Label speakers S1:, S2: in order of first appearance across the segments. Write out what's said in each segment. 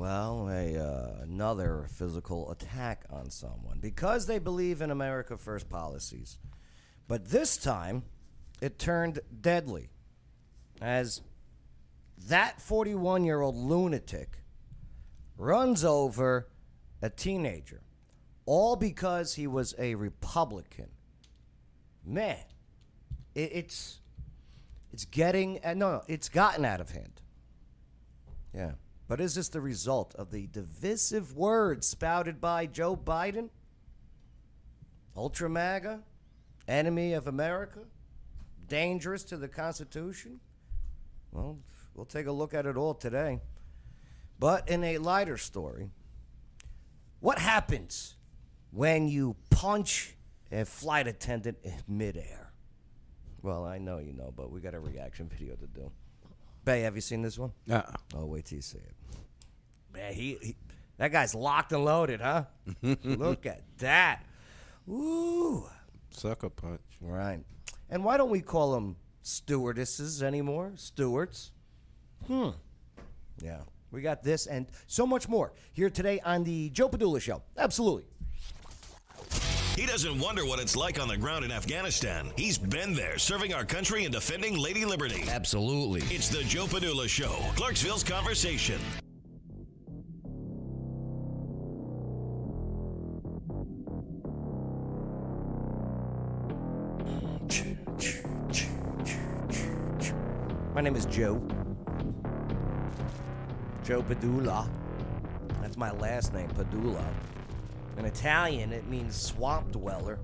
S1: uh, another physical attack on someone because they believe in America First policies. But this time, it turned deadly as that 41 year old lunatic runs over a teenager, all because he was a Republican. Man, it, it's it's getting uh, no, no, it's gotten out of hand. Yeah, but is this the result of the divisive words spouted by Joe Biden, ultra MAGA, enemy of America, dangerous to the Constitution? Well, we'll take a look at it all today. But in a lighter story, what happens when you punch a flight attendant in midair? Well, I know you know, but we got a reaction video to do. Bay, have you seen this one?
S2: Uh-uh.
S1: Oh, wait till you see it. Man, he, he that guy's locked and loaded, huh? Look at that. Ooh.
S2: Sucker punch.
S1: Right. And why don't we call them stewardesses anymore? Stewards. Hmm. Yeah. We got this and so much more here today on the Joe Padula Show. Absolutely.
S3: He doesn't wonder what it's like on the ground in Afghanistan. He's been there, serving our country and defending Lady Liberty.
S4: Absolutely.
S3: It's the Joe Padula Show, Clarksville's Conversation.
S1: My name is Joe. Joe Padula. That's my last name, Padula. In Italian, it means swamp dweller.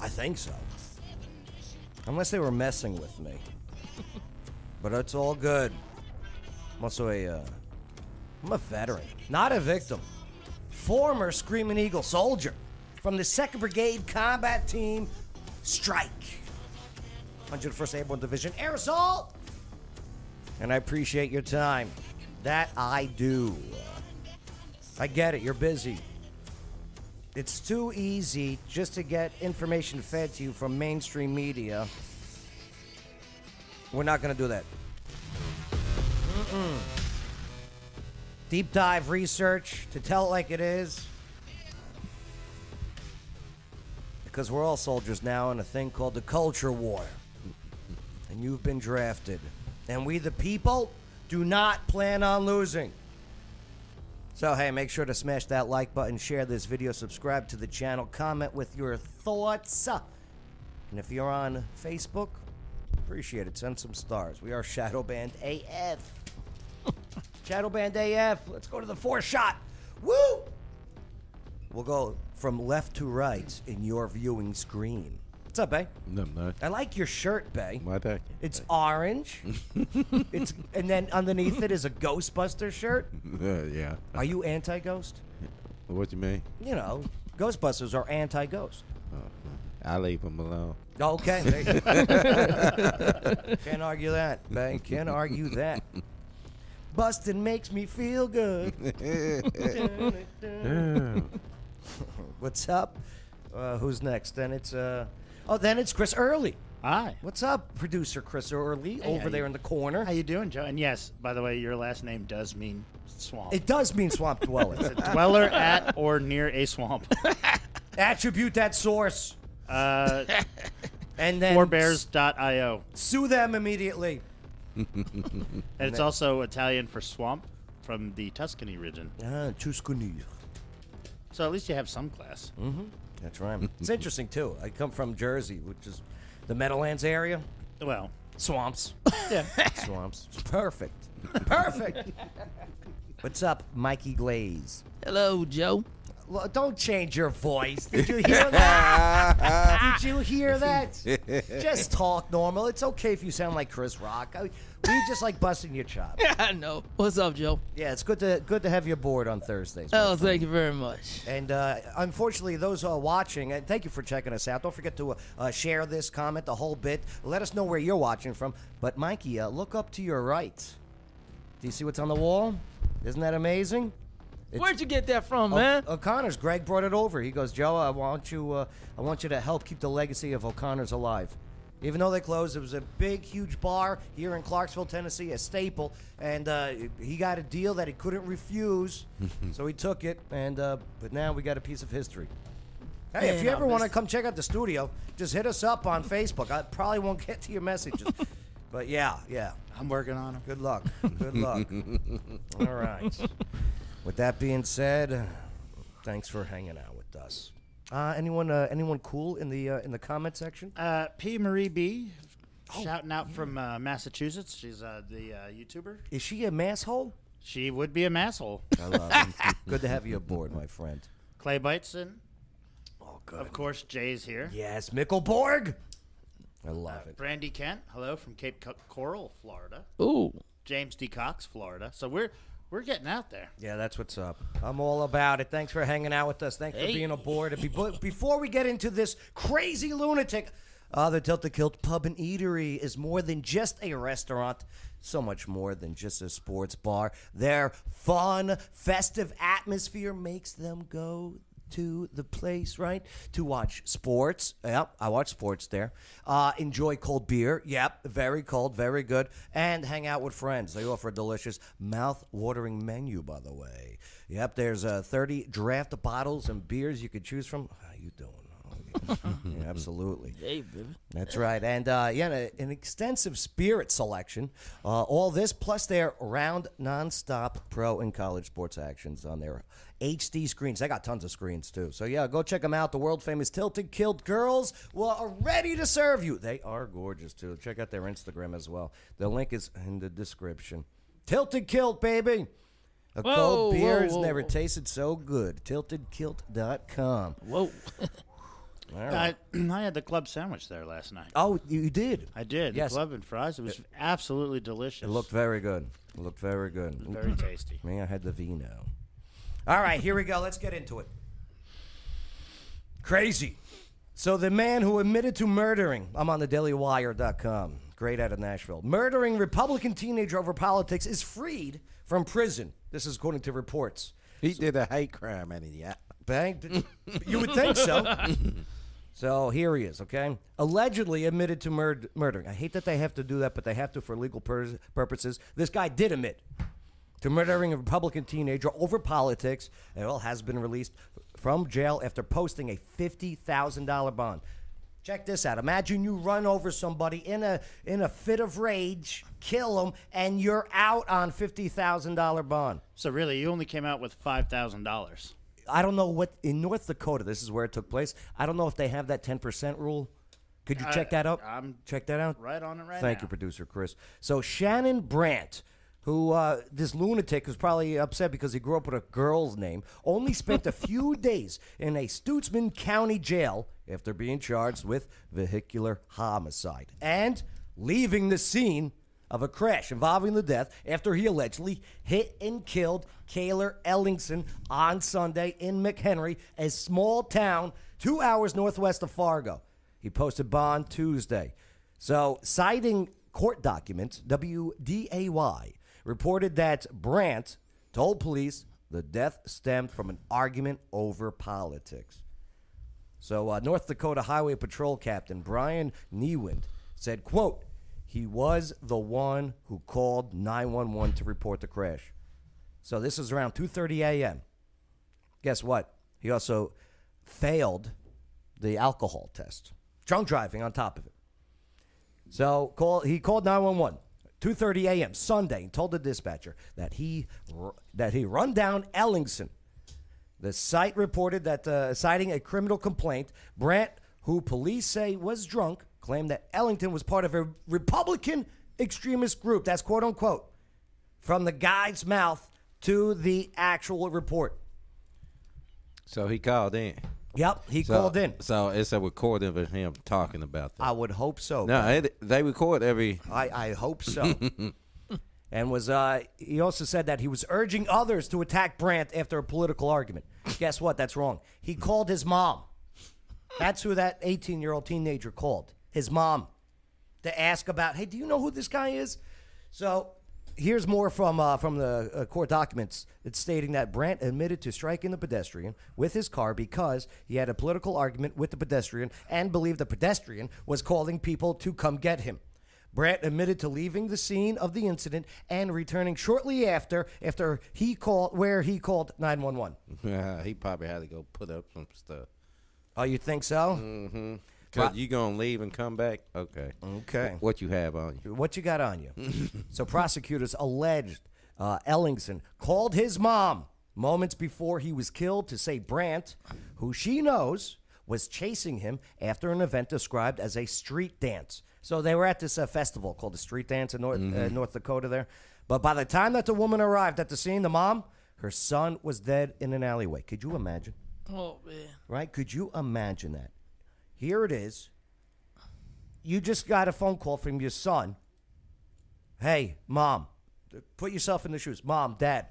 S1: I think so. Unless they were messing with me. but it's all good. I'm also a, uh, I'm a veteran, not a victim. Former Screaming Eagle soldier from the 2nd Brigade Combat Team Strike, 101st Airborne Division Air Assault. And I appreciate your time. That I do. I get it, you're busy. It's too easy just to get information fed to you from mainstream media. We're not going to do that. Mm-mm. Deep dive research to tell it like it is. Because we're all soldiers now in a thing called the culture war. And you've been drafted. And we, the people, do not plan on losing. So, hey, make sure to smash that like button, share this video, subscribe to the channel, comment with your thoughts. And if you're on Facebook, appreciate it. Send some stars. We are Shadowband AF. Shadowband AF. Let's go to the four shot. Woo! We'll go from left to right in your viewing screen. What's up, Bay?
S2: No, no.
S1: I like your shirt, Bay.
S2: My back.
S1: It's orange. it's and then underneath it is a Ghostbuster shirt.
S2: Uh, yeah.
S1: Are you anti-ghost?
S2: What you mean? Oh,
S1: You know, Ghostbusters are anti-ghost.
S2: I leave him alone.
S1: Okay, there you go. can't argue that, man. Can't argue that. Bustin' makes me feel good. What's up? Uh, who's next? Then it's uh, oh, then it's Chris Early.
S5: Hi.
S1: What's up, producer Chris Early
S5: Hey,
S1: over
S5: how
S1: there
S5: you-
S1: in the corner?
S5: How you doing, Joe? And yes, by the way, your last name does mean swamp.
S1: It does mean swamp dwellers.
S5: Dweller at or near a swamp.
S1: Attribute that source
S5: Uh,
S1: and then
S5: forebears.io.
S1: s- sue them immediately.
S5: And it's also Italian for swamp from the Tuscany region.
S1: Ah, Tuscany.
S5: So at least you have some class.
S1: That's right. it's interesting too. I come from Jersey, which is the Meadowlands area.
S5: Well,
S1: Swamps.
S5: yeah.
S1: Swamps. Perfect. Perfect. What's up, Mikey Glaze?
S4: Hello, Joe.
S1: Well, don't change your voice. Did you hear that? Did you hear that? Just talk normal. It's okay if you sound like Chris Rock. I- We just like busting your chops.
S4: I know. What's up, Joe?
S1: Yeah, it's good to good to have you aboard on Thursdays. my
S4: Oh,
S1: friend.
S4: thank you very much.
S1: And uh, unfortunately, those who are watching, and thank you for checking us out. Don't forget to uh, uh, share this, comment the whole bit. Let us know where you're watching from. But Mikey, uh, look up to your right. Do you see what's on the wall? Isn't that amazing?
S4: Where'd you get that from,
S1: O-
S4: man?
S1: O'Connor's. Greg brought it over. He goes, Joe, I want you. Uh, I want you to help keep the legacy of O'Connor's alive. Even though they closed, it was a big, huge bar here in Clarksville, Tennessee, a staple. And uh, he got a deal that he couldn't refuse, so he took it. And uh, but now we got a piece of history. Hey, if
S4: Man,
S1: you
S4: I
S1: ever want to
S4: missed-
S1: come check out the studio, just hit us up on Facebook. I probably won't get to your messages, but yeah, yeah.
S5: I'm working on them.
S1: Good luck. Good luck. All right. With that being said, thanks for hanging out with us. Uh, anyone, uh, anyone cool in the uh, in the comment section?
S5: Uh, P. Marie B. Shouting out from uh, Massachusetts. She's uh, the uh, YouTuber.
S1: Is she a masshole?
S5: She would be a masshole.
S1: I love him. Good to have you aboard, my friend.
S5: Clay Biteson.
S1: Oh,
S5: Of course, Jay's here.
S1: Yes, Mickelborg. I
S5: Uh,
S1: love it.
S5: Brandy Kent. Hello from Cape Co- Coral, Florida.
S4: Ooh.
S5: James D. Cox, Florida. So we're we're getting out there.
S1: Yeah, that's what's up. I'm all about it. Thanks for hanging out with us. Thanks for being aboard. And be- but before we get into this crazy lunatic, uh, the Delta Kilt Pub and Eatery is more than just a restaurant. So much more than just a sports bar. Their fun, festive atmosphere makes them go to the place, right? To watch sports. Yep, I watch sports there. Uh, enjoy cold beer. Yep, very cold, very good. And hang out with friends. They offer a delicious, mouth-watering menu, by the way. Yep, there's uh, 30 draft bottles and beers you could choose from. How you doing? Oh, yeah. Yeah, absolutely.
S4: Hey, baby.
S1: That's right. And uh, yeah, an- an extensive spirit selection. Uh, all this plus their round nonstop pro and college sports actions on their HD screens. They got tons of screens too. So yeah, go check them out. The world famous Tilted Killed Girls well, are ready to serve you. They are gorgeous too. Check out their Instagram as well. The link is in the description. Tilted Kilt, baby. A
S4: Whoa,
S1: cold beer
S4: whoa,
S1: has
S4: whoa,
S1: never
S4: whoa.
S1: tasted so good. TiltedKilt.com.
S4: Whoa.
S5: I, I had the club sandwich there last night.
S1: Oh, you you did.
S5: I did.
S1: Yes.
S5: The club and fries. It was absolutely delicious.
S1: It looked very good. It looked very good.
S5: very tasty.
S1: Me, I had the vino. All right, here we go. Let's get into it. Crazy. So the man who admitted to murdering, I'm on the dailywire.com. Great out of Nashville. Murdering Republican teenager over politics is freed from prison. This is according to reports.
S2: He did a hate crime, and he yeah.
S1: Bang. d- you would think so. So here he is, okay? Allegedly admitted to murd- murdering. I hate that they have to do that, but they have to for legal pur- purposes. This guy did admit to murdering a Republican teenager over politics and well, has been released from jail after posting a $50,000 bond. Check this out. Imagine you run over somebody in a in a fit of rage, kill him, and you're out on $50,000 bond.
S5: So really, you only came out with five thousand dollars.
S1: I don't know what in North Dakota. This is where it took place. I don't know if they have that ten percent rule. Could you check that out?
S5: I'm
S1: check that out.
S5: right on it right
S1: Thank
S5: now.
S1: you, producer Chris. So Shannon Brandt, who uh, this lunatic who's probably upset because he grew up with a girl's name, only spent a few days in a Stutzman County jail after being charged with vehicular homicide and leaving the scene of a crash involving the death after he allegedly hit and killed Kaylor Ellingson on Sunday in McHenry, a small town two hours northwest of Fargo. He posted bond Tuesday. So, citing court documents, WDAY reported that Brandt told police the death stemmed from an argument over politics. So, uh, North Dakota Highway Patrol Captain Brian Newind said, "quote He was the one who called 911 to report the crash." So this is around 2:30 a.m. Guess what? He also failed the alcohol test. Drunk driving on top of it. So call he called 911 2:30 a.m. Sunday and told the dispatcher that he r- that he run down Ellingson. The site reported that uh, citing a criminal complaint, Brandt, who police say was drunk, claimed that Ellington was part of a Republican extremist group. That's quote unquote from the guy's mouth to the actual report.
S2: So he called in.
S1: Yep, he
S2: So,
S1: called in.
S2: So it's a recording of him talking about that.
S1: I would hope so.
S2: no, it, they record every.
S1: I, I hope so. and was uh, he also said that he was urging others to attack Brandt after a political argument. Guess what? That's wrong. He called his mom. That's who that 18 year old teenager called his mom to ask about. Hey, do you know who this guy is? So Here's more from uh, from the uh, court documents. It's stating that Brandt admitted to striking the pedestrian with his car because he had a political argument with the pedestrian and believed the pedestrian was calling people to come get him. Brandt admitted to leaving the scene of the incident and returning shortly after after he called where he called 911.
S2: he probably had to go put up some stuff.
S1: Oh, you think so?
S2: Cause you gonna leave and come back? Okay.
S1: Okay.
S2: What you have on you?
S1: What you got on you? so prosecutors alleged uh, Ellingson called his mom moments before he was killed to say Brandt, who she knows was chasing him after an event described as a street dance. So they were at this uh, festival called the Street Dance in North, uh, North Dakota there. But by the time that the woman arrived at the scene, the mom, her son was dead in an alleyway. Could you imagine?
S4: Oh man.
S1: right? Could you imagine that? Here it is. You just got a phone call from your son. Hey, mom, put yourself in the shoes. Mom, dad,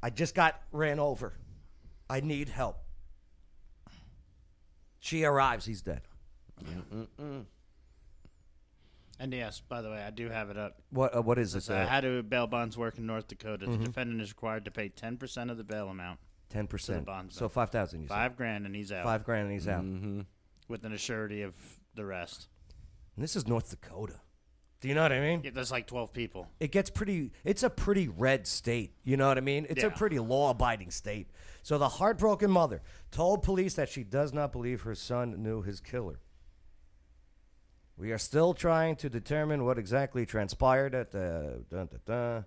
S1: I just got ran over. I need help. She arrives. He's dead.
S5: And yes, by the way, I do have it up.
S1: What? Uh, what is it?
S5: So how do bail bonds work in North Dakota?
S1: Mm-hmm.
S5: The defendant is required to pay 10% of the bail amount,
S1: Ten percent.
S5: bondsman.
S1: So five thousand. You said
S5: five Mm-hmm. grand, and he's out
S1: five grand, and he's out.
S5: with an assurity of the rest.
S1: And this is North Dakota. Do you know what I mean?
S5: Yeah, that's like 12 people.
S1: it gets pretty it's a pretty red state you know what i mean it's a
S5: Yeah.
S1: pretty law-abiding state so the heartbroken mother told police that she does not believe her son knew his killer we are still trying to determine what exactly transpired at the dun, dun, dun.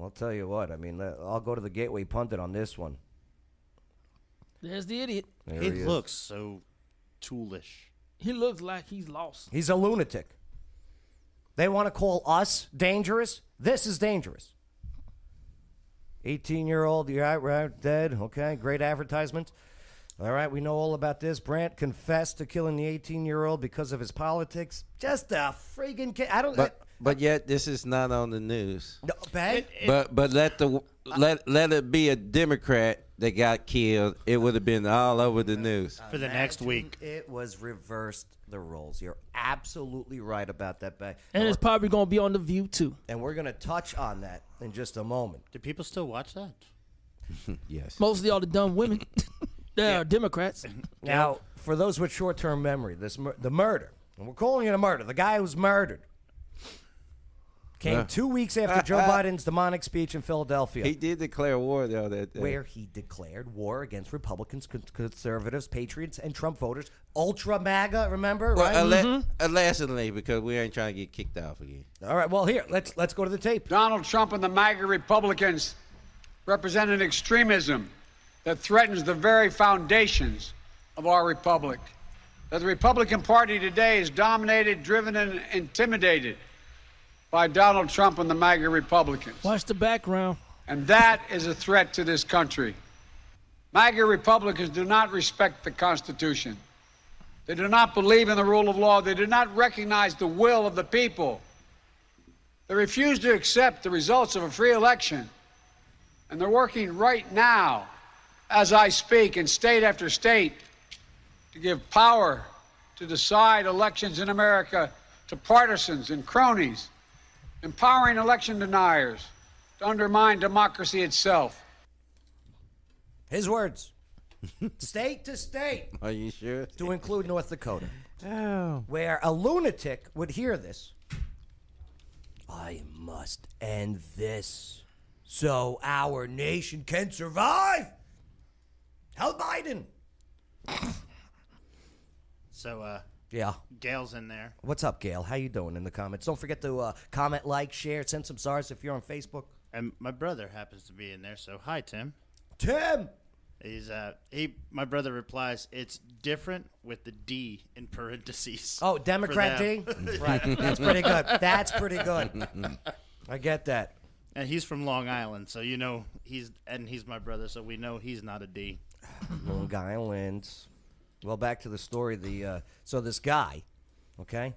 S1: i'll tell you what i mean let- i'll go to the gateway pundit on this one
S4: There's the idiot.
S1: There
S5: he
S1: he is.
S5: looks so toolish.
S4: He looks like he's lost.
S1: he's a lunatic they want to call us dangerous this is dangerous 18 year old, you're out, right, dead. Okay, great advertisement. All right, we know all about this. Brandt confessed to killing the 18 year old because of his politics. Just a freaking kid. I don't.
S2: But but yet this is not on the news.
S1: no, bang.
S2: But but let the let let it be a Democrat that got killed. It would have been all over the news.
S5: For the next week,
S1: It was reversed the roles. You're absolutely right about that, bang.
S4: And it's probably gonna be on the view too.
S1: And we're going to touch on that in just a moment.
S5: do people still watch that?
S2: Yes.
S4: Mostly all the dumb women. they are Democrats.
S1: Now, for those with short-term memory, this mur- the murder, and we're calling it a murder. The guy who was murdered came two weeks after Joe Biden's demonic speech in Philadelphia,
S2: Ah, He did declare war though that day.
S1: where he declared war against Republicans, con- conservatives, patriots, and Trump voters. Ultra MAGA, remember?
S2: Well,
S1: right?
S2: alle- allegedly because we ain't trying to get kicked off again.
S1: All right. Well, here let's let's go to the tape.
S6: Donald Trump and the MAGA Republicans represent an extremism that threatens the very foundations of our republic. That the Republican Party today is dominated, driven, and intimidated by Donald Trump and the MAGA Republicans.
S4: Watch the background.
S6: And that is a threat to this country. MAGA Republicans do not respect the Constitution. They do not believe in the rule of law. They do not recognize the will of the people. They refuse to accept the results of a free election. And they're working right now, as I speak, in state after state, to give power to decide elections in America to partisans and cronies empowering election deniers to undermine democracy itself.
S1: His words, state to state,
S2: Are you sure?
S1: to include North Dakota,
S2: Oh.
S1: where a lunatic would hear this. I must end this so our nation can survive. Hell, Biden.
S5: So, uh,
S1: Yeah.
S5: Gail's in there.
S1: What's up, Gail? How you doing in the comments? Don't forget to uh, comment, like, share, send some stars if you're on Facebook.
S5: And my brother happens to be in there. So, hi, Tim.
S1: Tim.
S5: He's, uh, he, my brother replies, it's different with the D in parentheses.
S1: Oh,
S5: for
S1: Democrat D.
S5: them."
S1: right. That's pretty good. That's pretty good. I get that.
S5: And he's from Long Island, so you know he's, and he's my brother, so we know he's not a D.
S1: Long Island. Well, back to the story. The uh, so this guy, okay,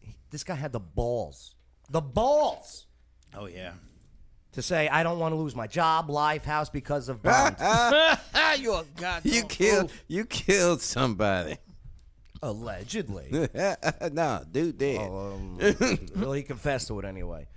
S1: He- this guy had the balls, the balls
S5: Oh, yeah.
S1: to say, "I don't want to lose my job, life, house because of bonds."
S4: you Ah, a goddamn
S2: Oh. You killed you killed somebody.
S1: Allegedly.
S2: no, dude, dead.
S1: Um, well, he confessed to it anyway.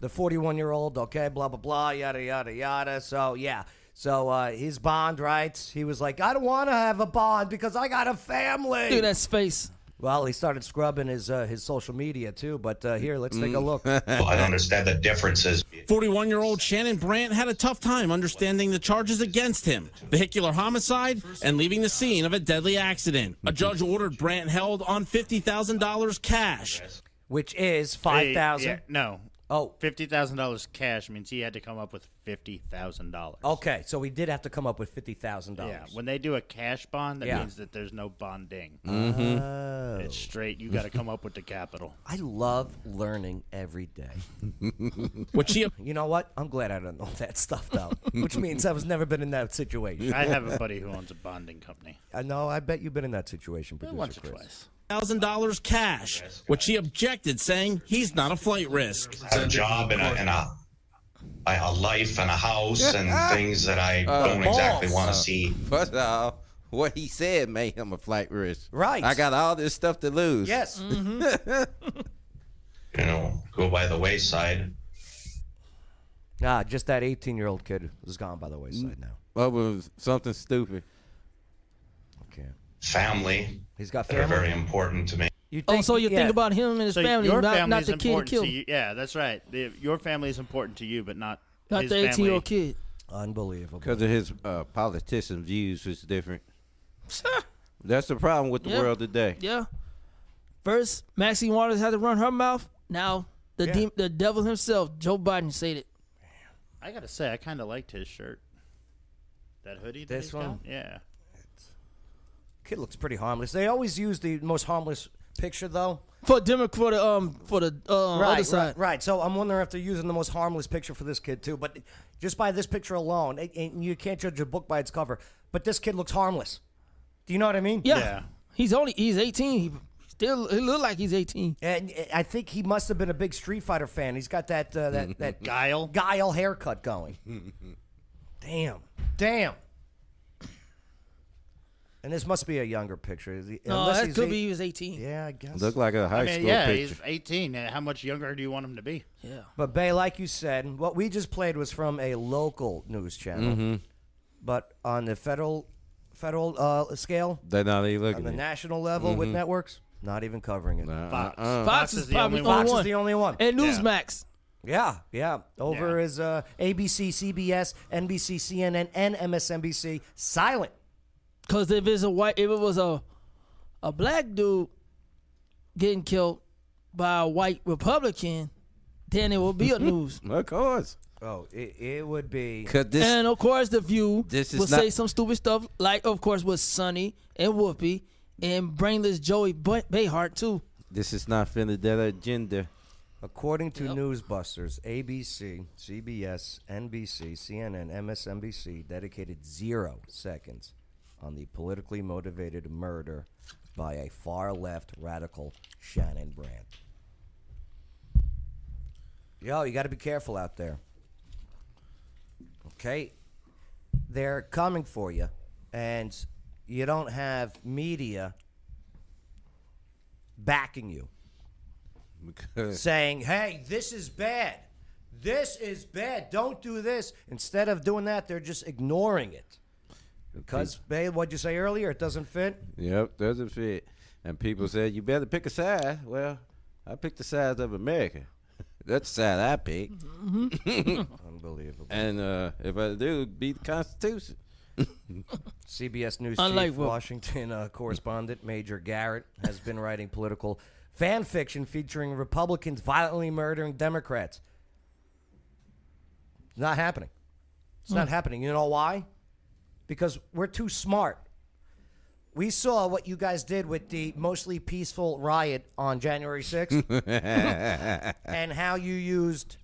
S1: The 41 year old, okay, blah, blah, blah, yada, yada, yada. So, yeah. So, uh, his bond rights, he was like, I don't want to have a bond because I got a family.
S4: Look at that space.
S1: Well, he started scrubbing his uh, his social media too. But uh, here, let's take a look.
S7: Well, I don't understand the differences.
S8: 41 year old Shannon Brandt had a tough time understanding the charges against him vehicular homicide and leaving the scene of a deadly accident. A judge ordered Brandt held on $50,000 cash.
S1: which is
S5: Hey,
S1: five thousand.
S5: yeah, no.
S1: Oh,
S5: Fifty thousand dollars cash means he had to come up with fifty thousand dollars.
S1: okay. So we did have to come up with fifty thousand
S5: Yeah,
S1: dollars.
S5: when they do a cash bond, that
S1: Yeah. Oh.
S5: means that there's no bonding. Mm-hmm. uh, It's straight. You got to come up with the capital.
S1: I love learning every day.
S8: Which he
S1: You know what? I'm glad I don't know that stuff though, which means I was never been in that situation.
S5: I have a buddy who owns a bonding company.
S1: I know. I bet you've been in that situation, producer
S5: Once or
S1: Chris.
S5: twice.
S8: $1,000 cash, which he objected, saying he's not a flight risk.
S7: a job and a, and a a a life and a house and things that I don't exactly want to see.
S2: First off, what he said made him a flight risk.
S1: Right.
S2: I got all this stuff to lose.
S1: Yes.
S5: Mm.
S7: You know, go by the wayside.
S1: Nah, Ah, just that 18 year old kid is gone by the wayside
S5: Mm.
S1: now.
S2: Over something stupid.
S1: Okay.
S7: Family.
S1: He's got
S7: that are
S1: family.
S7: very important to me.
S1: You think,
S4: Oh, so you
S1: yeah.
S4: think about him and his
S5: So
S4: family,
S5: your
S4: not, not
S5: family's
S4: the kid
S5: important
S4: killed,
S5: to you. Yeah, that's right. The, your family is important to you, but not
S4: not
S5: his
S4: the 18 year old
S5: family.
S4: kid.
S1: unbelievable.
S2: Because of his uh, politician views is different. That's the problem with the
S4: Yeah.
S2: world today.
S4: Yeah. First, Maxine Waters had to run her mouth. Now, the de- the devil himself, Joe Biden, said it.
S5: I gotta say, I kind of liked his shirt. That hoodie. That
S1: This
S5: he's
S1: one?
S5: Got? Yeah.
S1: Kid looks pretty harmless. They always use the most harmless picture though.
S4: For Democrat, for the um, for the uh, other
S1: right,
S4: side.
S1: right, right. So I'm wondering if they're using the most harmless picture for this kid too. But just by this picture alone, it- and you can't judge a book by its cover. But this kid looks harmless. Do you know what I mean?
S4: Yeah.
S5: Yeah.
S4: he's only he's 18. He still he look like he's 18.
S1: And eh, I think he must have been a big Street Fighter fan. He's got that uh, that that
S5: Guile.
S1: guile haircut going. damn, damn. And this must be a younger picture. Is he-
S4: No,
S1: unless
S4: Oh, that
S1: he's
S4: could
S1: eight-
S4: be he was 18. Yeah.
S1: Yeah, I guess.
S2: Look like a high
S5: I mean,
S2: school
S5: yeah,
S2: picture.
S5: he's 18. and How much younger do you want him to be?
S1: But Bay, like you said, what we just played was from a local news channel, but on the federal federal uh, scale,
S2: They're not even
S1: on
S2: looking
S1: the
S2: at it.
S1: national level with networks, not even covering it.
S5: Fox.
S1: uh.
S4: Fox is
S5: the
S4: probably
S5: only
S4: the only
S1: Fox
S4: one.
S1: is the only one.
S4: And Newsmax.
S1: yeah, yeah. Over
S5: Yeah.
S1: is uh, ABC, CBS, NBC, CNN, and MSNBC. Silent.
S4: Because if it's a white, if it was a a black dude getting killed by a white Republican, then it would be a news.
S2: Of course.
S1: Oh, it, it would be.
S2: Cause this,
S4: and of course, the view
S2: This is
S4: will
S2: not-
S4: say some stupid stuff, like of course with Sonny and Whoopi and brainless Joey Ba- Behart too.
S2: this is not finna that agenda.
S1: According to Newsbusters, ABC, CBS, NBC, CNN, MSNBC dedicated zero seconds on the politically motivated murder by a far left radical Shannon Brand. Yo, you got to be careful out there. Okay? They're coming for you, and you don't have media backing you
S2: Because
S1: saying, "Hey, this is bad. This is bad. Don't do this." Instead of doing that, they're just ignoring it. Because, babe, what'd you say earlier? It doesn't fit.
S2: Yep, doesn't fit. And people said, you better pick a side. Well, I picked the side of America. That's the side I picked.
S4: Mm-hmm.
S1: Unbelievable.
S2: And uh, if I do, it'd be the Constitution.
S1: CBS News
S4: Unlike
S1: chief
S4: what-
S1: Washington uh, correspondent Major Garrett has been writing political fan fiction featuring Republicans violently murdering Democrats. Not happening. It's not happening. You know why? Because we're too smart. We saw what you guys did with the mostly peaceful riot on January 6th and how you used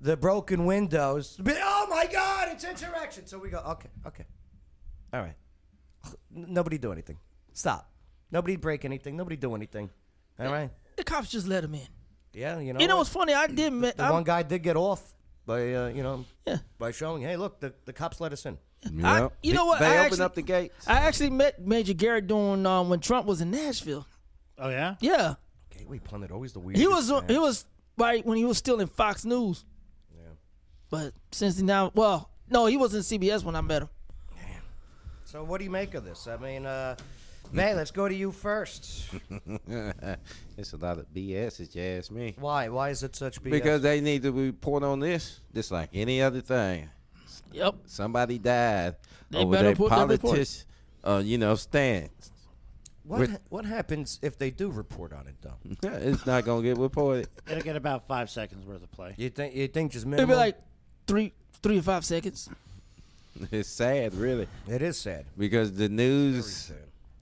S1: the broken windows. to be, Oh my God, it's insurrection. So we go, okay, okay. All right. N- Nobody do anything. Stop. Nobody break anything. Nobody do anything. All right.
S4: The cops just let him in.
S1: Yeah, you know.
S4: You know
S1: what?
S4: what's funny? I did. ma-
S1: the
S4: I-
S1: one guy did get off by uh, you know
S4: Yeah.
S1: by showing, hey, look, the, the cops let us in.
S4: I- you know what?
S2: They
S4: I
S2: opened
S4: actually-
S2: up the gates.
S4: I actually met Major Garrett during um, when Trump was in Nashville.
S5: Oh yeah.
S4: Yeah,
S1: Gateway Pundit always the weirdest.
S4: he was uh,
S1: man.
S4: he was right when he was still in Fox News. But since he now, well, no, he was in CBS when I met him.
S1: So what do you make of this? I mean, uh, May, let's go to you first.
S2: it's a lot of BS if you ask me.
S1: Why? Why is it such BS?
S2: Because they need to report on this, just like any other thing.
S4: Yep,
S2: Somebody died
S4: They
S2: over
S4: better
S2: their
S4: put that report.
S2: politics, uh, you know, stance.
S1: what ha- what happens if they do report on it though?
S2: it's not gonna get reported.
S5: It'll get about five seconds worth of play.
S1: You think you think just
S4: it'd
S1: minimum?
S4: be like three three to five seconds.
S2: It's sad, really,
S1: it is sad.
S2: because the news,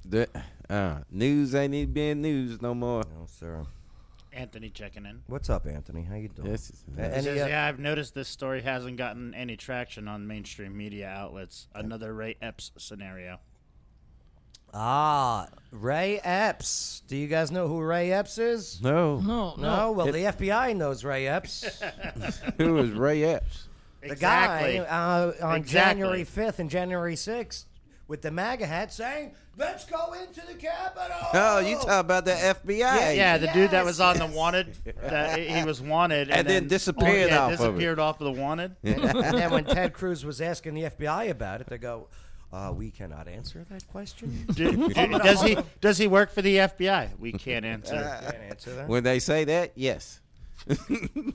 S2: the uh, news ain't even being news no more.
S1: No, sir.
S5: Anthony checking in.
S1: What's up, Anthony? How you doing?
S2: Yes,
S1: A-
S2: yes.
S5: He
S1: any,
S5: says,
S1: uh,
S5: yeah, I've noticed this story hasn't gotten any traction on mainstream media outlets. Another Ray Epps scenario.
S1: Ah, Ray Epps. Do you guys know who Ray Epps is?
S2: No,
S4: No, no,
S1: No. Well, the FBI knows Ray Epps.
S2: who is Ray Epps?
S1: the
S5: exactly.
S1: guy uh, on
S5: Exactly.
S1: January 5th and January 6th with the MAGA hat saying, "Let's go into the Capitol."
S2: Oh, you talk about the FBI?
S5: Yeah, the dude that was
S1: Yes,
S5: on the wanted, that he was wanted, and, oh,
S2: And then disappeared
S5: yeah,
S2: off of it.
S5: disappeared off of the wanted.
S1: and then when Ted Cruz was asking the FBI about it, they go, uh, "We cannot answer that question.
S5: Do- do- does he does he work for the FBI? We can't answer.
S1: Can't answer that."
S2: When they say that, yes.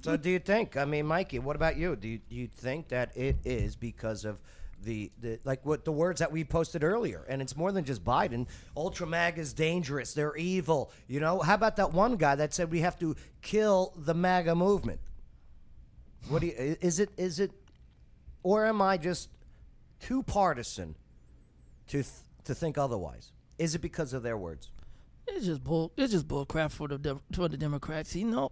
S1: So, do you think? I mean, Mikey, what about you? Do you, do you think that it is because of the, the like what the words that we posted earlier? And it's more than just Biden. Ultra mag is dangerous. They're evil. You know, how about that one guy that said we have to kill the MAGA movement? What do you, i- is it? Is it, or am I just too partisan to th- to think otherwise? Is it because of their words?
S4: It's just bull. It's just bull crap for the Dem- for the Democrats. You know,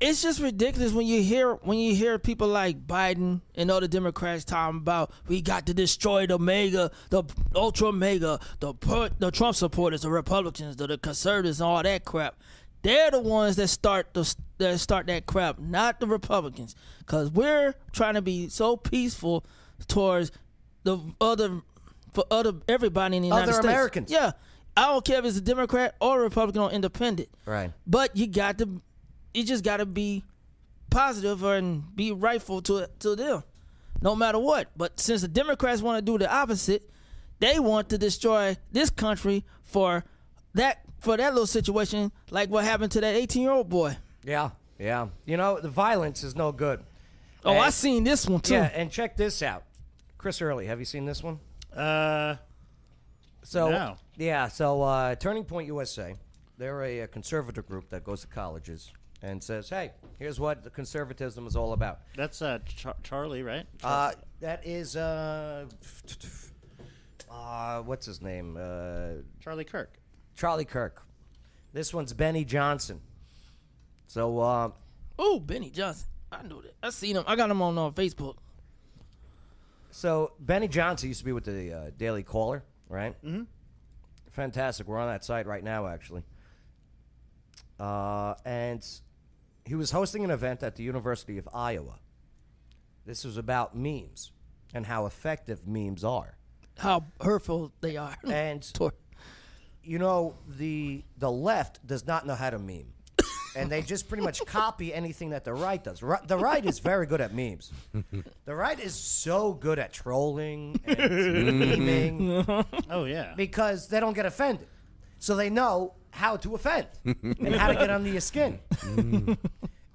S4: it's just ridiculous when you hear when you hear people like Biden and other Democrats talking about we got to destroy the mega, the ultra mega, the pro- the Trump supporters, the Republicans, the, the conservatives, and all that crap. They're the ones that start the that start that crap, not the Republicans, because we're trying to be so peaceful towards the other for other everybody in the United
S1: Other
S4: States.
S1: Americans.
S4: Yeah. I don't care if it's a Democrat or a Republican or independent.
S1: Right.
S4: But you got to, you just got to be positive and be rightful to to them, no matter what. But since the Democrats want to do the opposite, they want to destroy this country for that for that little situation, like what happened to that 18 year old boy.
S1: Yeah, yeah. You know, the violence is no good.
S4: Oh, I
S1: Hey.
S4: seen this one too.
S1: Yeah, and check this out. Chris Early, have you seen this one?
S5: Uh,
S1: So
S5: No.
S1: yeah, so uh, Turning Point USA, they're a, a conservative group that goes to colleges and says, "Hey, here's what the conservatism is all about."
S5: that's uh, Char- Charlie, right?
S1: Uh, that is uh, uh, what's his name? Uh,
S5: Charlie Kirk.
S1: Charlie Kirk. This one's Benny Johnson. So uh,
S4: Oh, Benny Johnson. I knew that. I seen him. I got him on uh, Facebook.
S1: So Benny Johnson used to be with the uh, Daily Caller, right? Mm-hmm. Fantastic. We're on that site right now, actually. Uh, and he was hosting an event at the University of Iowa. This was about memes and how effective memes are.
S4: How hurtful they are.
S1: And
S4: Toward-
S1: you know the the left does not know how to meme and they just pretty much copy anything that the right does Ri- the right is very good at memes the right is so good at trolling and memeing
S5: Oh yeah.
S1: because they don't get offended so they know how to offend and how to get under your skin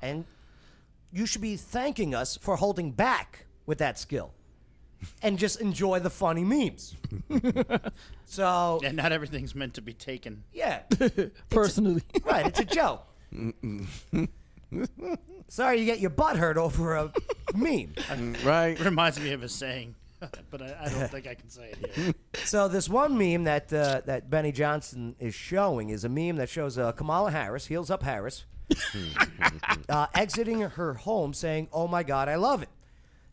S1: and you should be thanking us for holding back with that skill and just enjoy the funny memes so
S5: And not everything's meant to be taken.
S1: yeah
S4: personally.
S1: Right, it's a joke. Sorry, you get your butt hurt over a meme.
S2: Right?
S5: Reminds me of a saying, but I, I don't think I can say it here.
S1: So this one meme that uh, that Benny Johnson is showing is a meme that shows uh, Kamala Harris heels up Harris, uh, exiting her home, saying, "Oh my God, I love it,"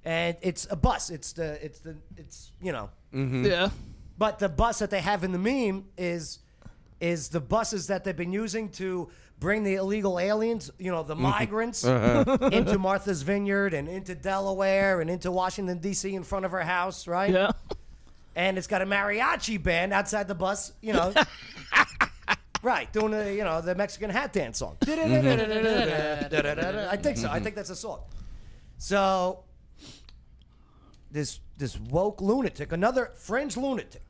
S1: and it's a bus. It's the it's the it's you know,
S4: Yeah.
S1: but the bus that they have in the meme is. is the buses that they've been using to bring the illegal aliens, you know, the migrants, into Martha's Vineyard and into Delaware and into Washington D.C. in front of her house, right?
S4: Yeah.
S1: And it's got a mariachi band outside the bus, you know. Right, doing the you know the Mexican hat dance song. I think so. I think that's a song. So this this woke lunatic, another fringe lunatic,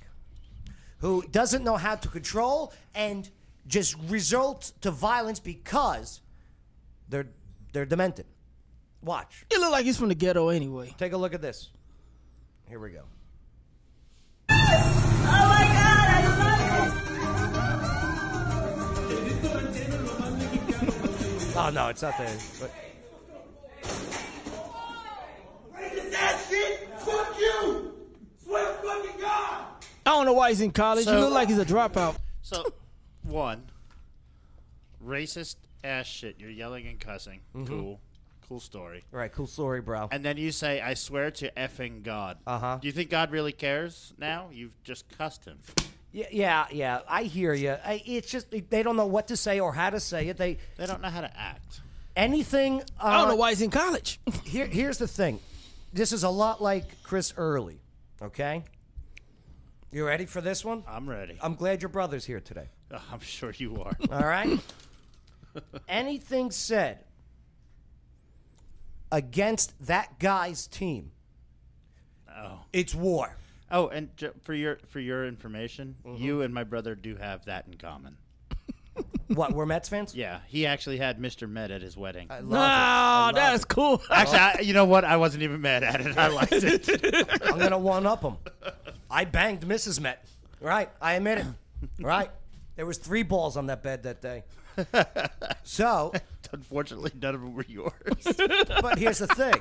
S1: who doesn't know how to control and just result to violence because they're they're demented. Watch.
S4: He look like he's from the ghetto anyway.
S1: Take a look at this. Here we go. Oh no, it's not there. But
S4: I don't know why he's in college. he
S5: So-
S4: look like he's a dropout.
S5: So, one, racist ass shit. You're yelling and cussing.
S2: Mm-hmm.
S5: Cool. Cool story.
S1: all right, cool story, bro.
S5: And then you say, I swear to effing God. Uh
S1: Uh-huh.
S5: Do you think God really cares now? You've just cussed him.
S1: Yeah, yeah, yeah. I hear you. It's just they don't know what to say or how to say it. They
S5: They don't know how to act.
S1: anything. Uh,
S4: I don't know why he's in college.
S1: Here, here's the thing. This is a lot like Chris Early. Okay. You ready for this one?
S4: Uh,
S5: I'm ready.
S1: I'm glad your brother's here today.
S5: I'm sure you are.
S1: All right. Anything said against that guy's team,
S5: oh.
S1: it's war.
S5: Oh, and ju- for your for your information,
S1: Mm-hmm.
S5: you and my brother do have that in common.
S1: What? We're Mets fans?
S5: Yeah, he actually had Mr. Med at his wedding.
S1: I love it. I
S4: Nah,
S1: love
S4: that's
S1: it.
S4: cool.
S5: actually, I, you know what? I wasn't even mad at it. I liked it.
S1: I'm gonna one up him. I banged Mrs. Met. Right, I admit it. Right, there was three balls on that bed that day. So,
S5: Unfortunately, none of them were yours.
S1: but here's the thing.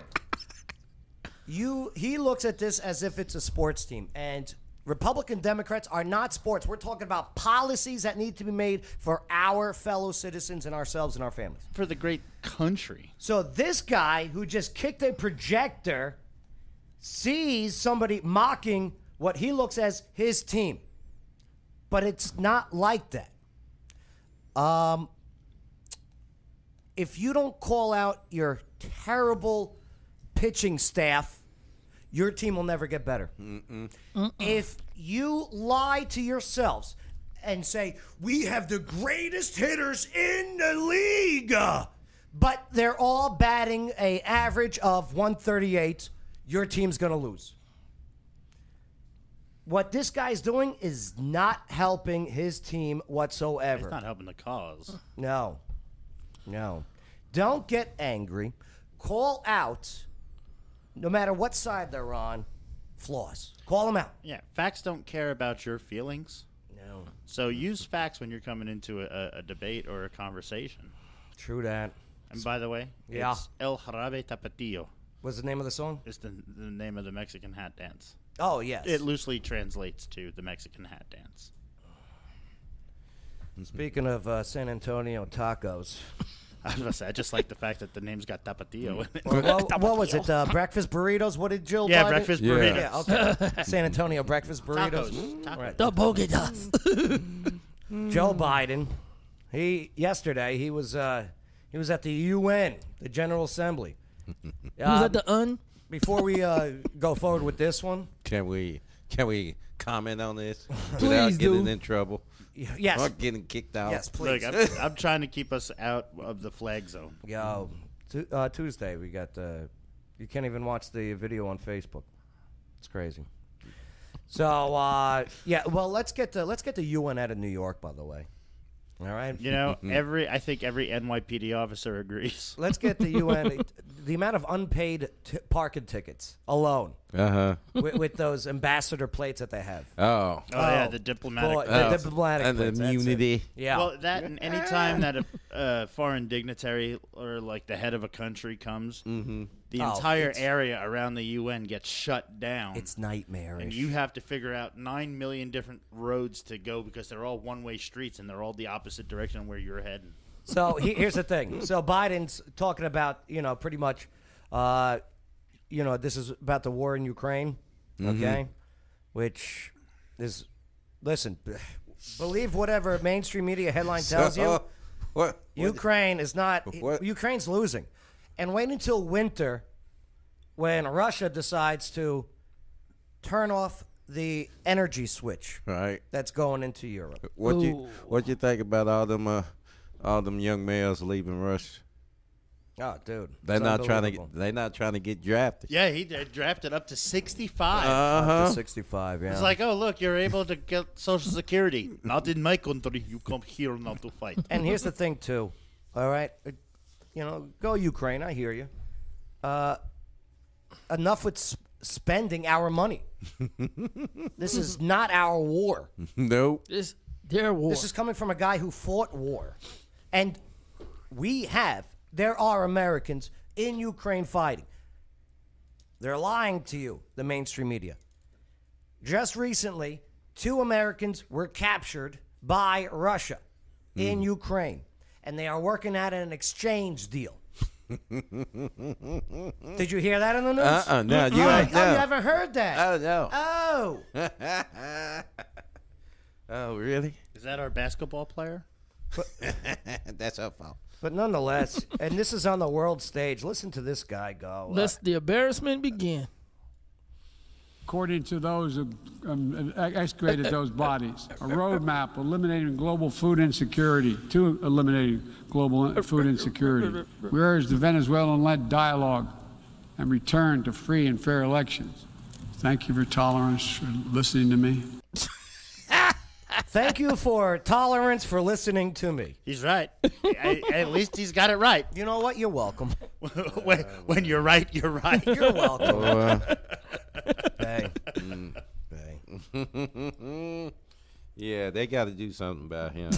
S1: You he looks at this as if it's a sports team and Republican Democrats are not sports. We're talking about policies that need to be made for our fellow citizens and ourselves and our families.
S5: for the great country.
S1: So this guy who just kicked a projector sees somebody mocking what he looks as his team. But it's not like that. Um if you don't call out your terrible pitching staff, your team will never get better. If you lie to yourselves and say, we have the greatest hitters in the league, but they're all batting a average of 138, your team's going to lose. What this guy's doing is not helping his team whatsoever.
S5: It's not helping the cause.
S1: No. No. Don't get angry. Call out, no matter what side they're on, flaws. Call them out.
S5: Yeah, facts don't care about your feelings.
S1: No.
S5: So use facts when you're coming into a- a, a debate or a conversation.
S1: True that.
S5: And by the way,
S1: Yeah.
S5: it's El Jarabe Tapatio
S1: What's the name of the song?
S5: is the, the name of the Mexican hat dance.
S1: Oh, yes.
S5: It loosely translates to the Mexican hat dance.
S1: Speaking of uh, San Antonio tacos,
S5: I was gonna say, I just like the fact that the name's got Tapatio in it.
S1: what, what was it? Uh, breakfast burritos? What did Jill
S5: yeah,
S1: buy?
S5: breakfast
S2: Yeah.
S5: burritos.
S1: Yeah, okay. San Antonio breakfast burritos. Mm,
S5: Tacos. Tacos.
S1: Right.
S4: The bogey does.
S1: Joe Biden, he yesterday he was uh, he was at the UN, the General Assembly.
S4: Who's
S1: Um,
S4: at the un?
S1: before we uh, go forward with this one,
S2: Can we can we comment on this without
S4: Please
S2: getting
S4: do.
S2: in trouble
S1: yes,
S2: or getting kicked out?
S1: yes, please.
S5: Look, I'm, I'm trying to keep us out of the flag zone.
S1: Yo, Tu uh, Tuesday we got. Uh, you can't even watch the video on Facebook. It's crazy. So uh, yeah, well let's get the let's get the UN out of New York. By the way, all right.
S5: You know, every I think every NYPD officer agrees. Oh,
S1: Let's get the UN. the amount of unpaid t- parking tickets alone
S2: Uh huh.
S1: with, with those ambassador plates that they have.
S2: Oh.
S5: Oh, yeah, the diplomatic.
S1: Boy,
S5: corps.
S1: the diplomatic
S2: and the
S1: plates, that's it.
S2: immunity.
S1: Yeah.
S5: Well, that and any time that a uh, foreign dignitary or like the head of a country comes, the
S1: Oh,
S5: entire
S1: it's-
S5: area around the UN gets shut down.
S1: it's nightmarish.
S5: and you have to figure out nine million different roads to go because they're all one-way streets and they're all the opposite direction of where you're heading.
S1: So he, here's the thing. So Biden's talking about, you know, pretty much, uh, you know, this is about the
S2: Mm-hmm.
S1: war in Ukraine, okay? Which is, listen, Believe whatever mainstream media headline tells you.
S2: Oh, what?
S1: Ukraine is not.
S2: What?
S1: Ukraine's losing, and wait until winter, when Russia decides to turn off the energy switch
S2: Right.
S1: that's going into Europe.
S2: What you what you think about all them uh, all them young males leaving Russia?
S1: Oh, dude,
S2: They're
S1: it's
S2: not trying to
S1: unbelievable.
S2: get, they're not trying to get drafted.
S5: Yeah, he did, drafted up to 65.
S1: Up to sixty-five. Yeah,
S5: it's like, oh, look, you're able to get Social Security. not in my country. You come here not to fight.
S1: and here's the thing too. All right, Uh, you know, go Ukraine. I hear you. Uh, enough with sp- spending our money. this is not our war.
S2: Nope.
S4: This their war.
S1: This is coming from a guy who fought war. And we have, there are Americans in Ukraine fighting. They're lying to you, the mainstream media. Just recently, two Americans were captured by Russia in Ukraine, and they are working at an exchange deal. Did you hear that in the news?
S2: Uh uh No, you
S1: Oh,
S2: ain't-
S1: oh, you
S2: no.
S1: haven't heard that?
S4: Uh,
S2: Oh no.
S1: oh.
S2: Oh really?
S5: Is that our basketball player?
S2: That's our fault.
S1: But nonetheless, and this is on the world stage. Listen to this guy go. Uh,
S4: Let's the embarrassment begin.
S6: According to those who um, excavated those bodies, a roadmap eliminating global food insecurity, to eliminating global food insecurity. We urge the Venezuelan led dialogue and return to free and fair elections. Thank you for tolerance, for listening to me.
S1: Thank you for tolerance for listening to me.
S5: He's right. I, at least he's got it right.
S1: You know what? You're welcome.
S5: when, when you're right, you're right.
S1: You're welcome.
S2: Uh,
S1: hey. Hey.
S2: yeah, they got to do something about him.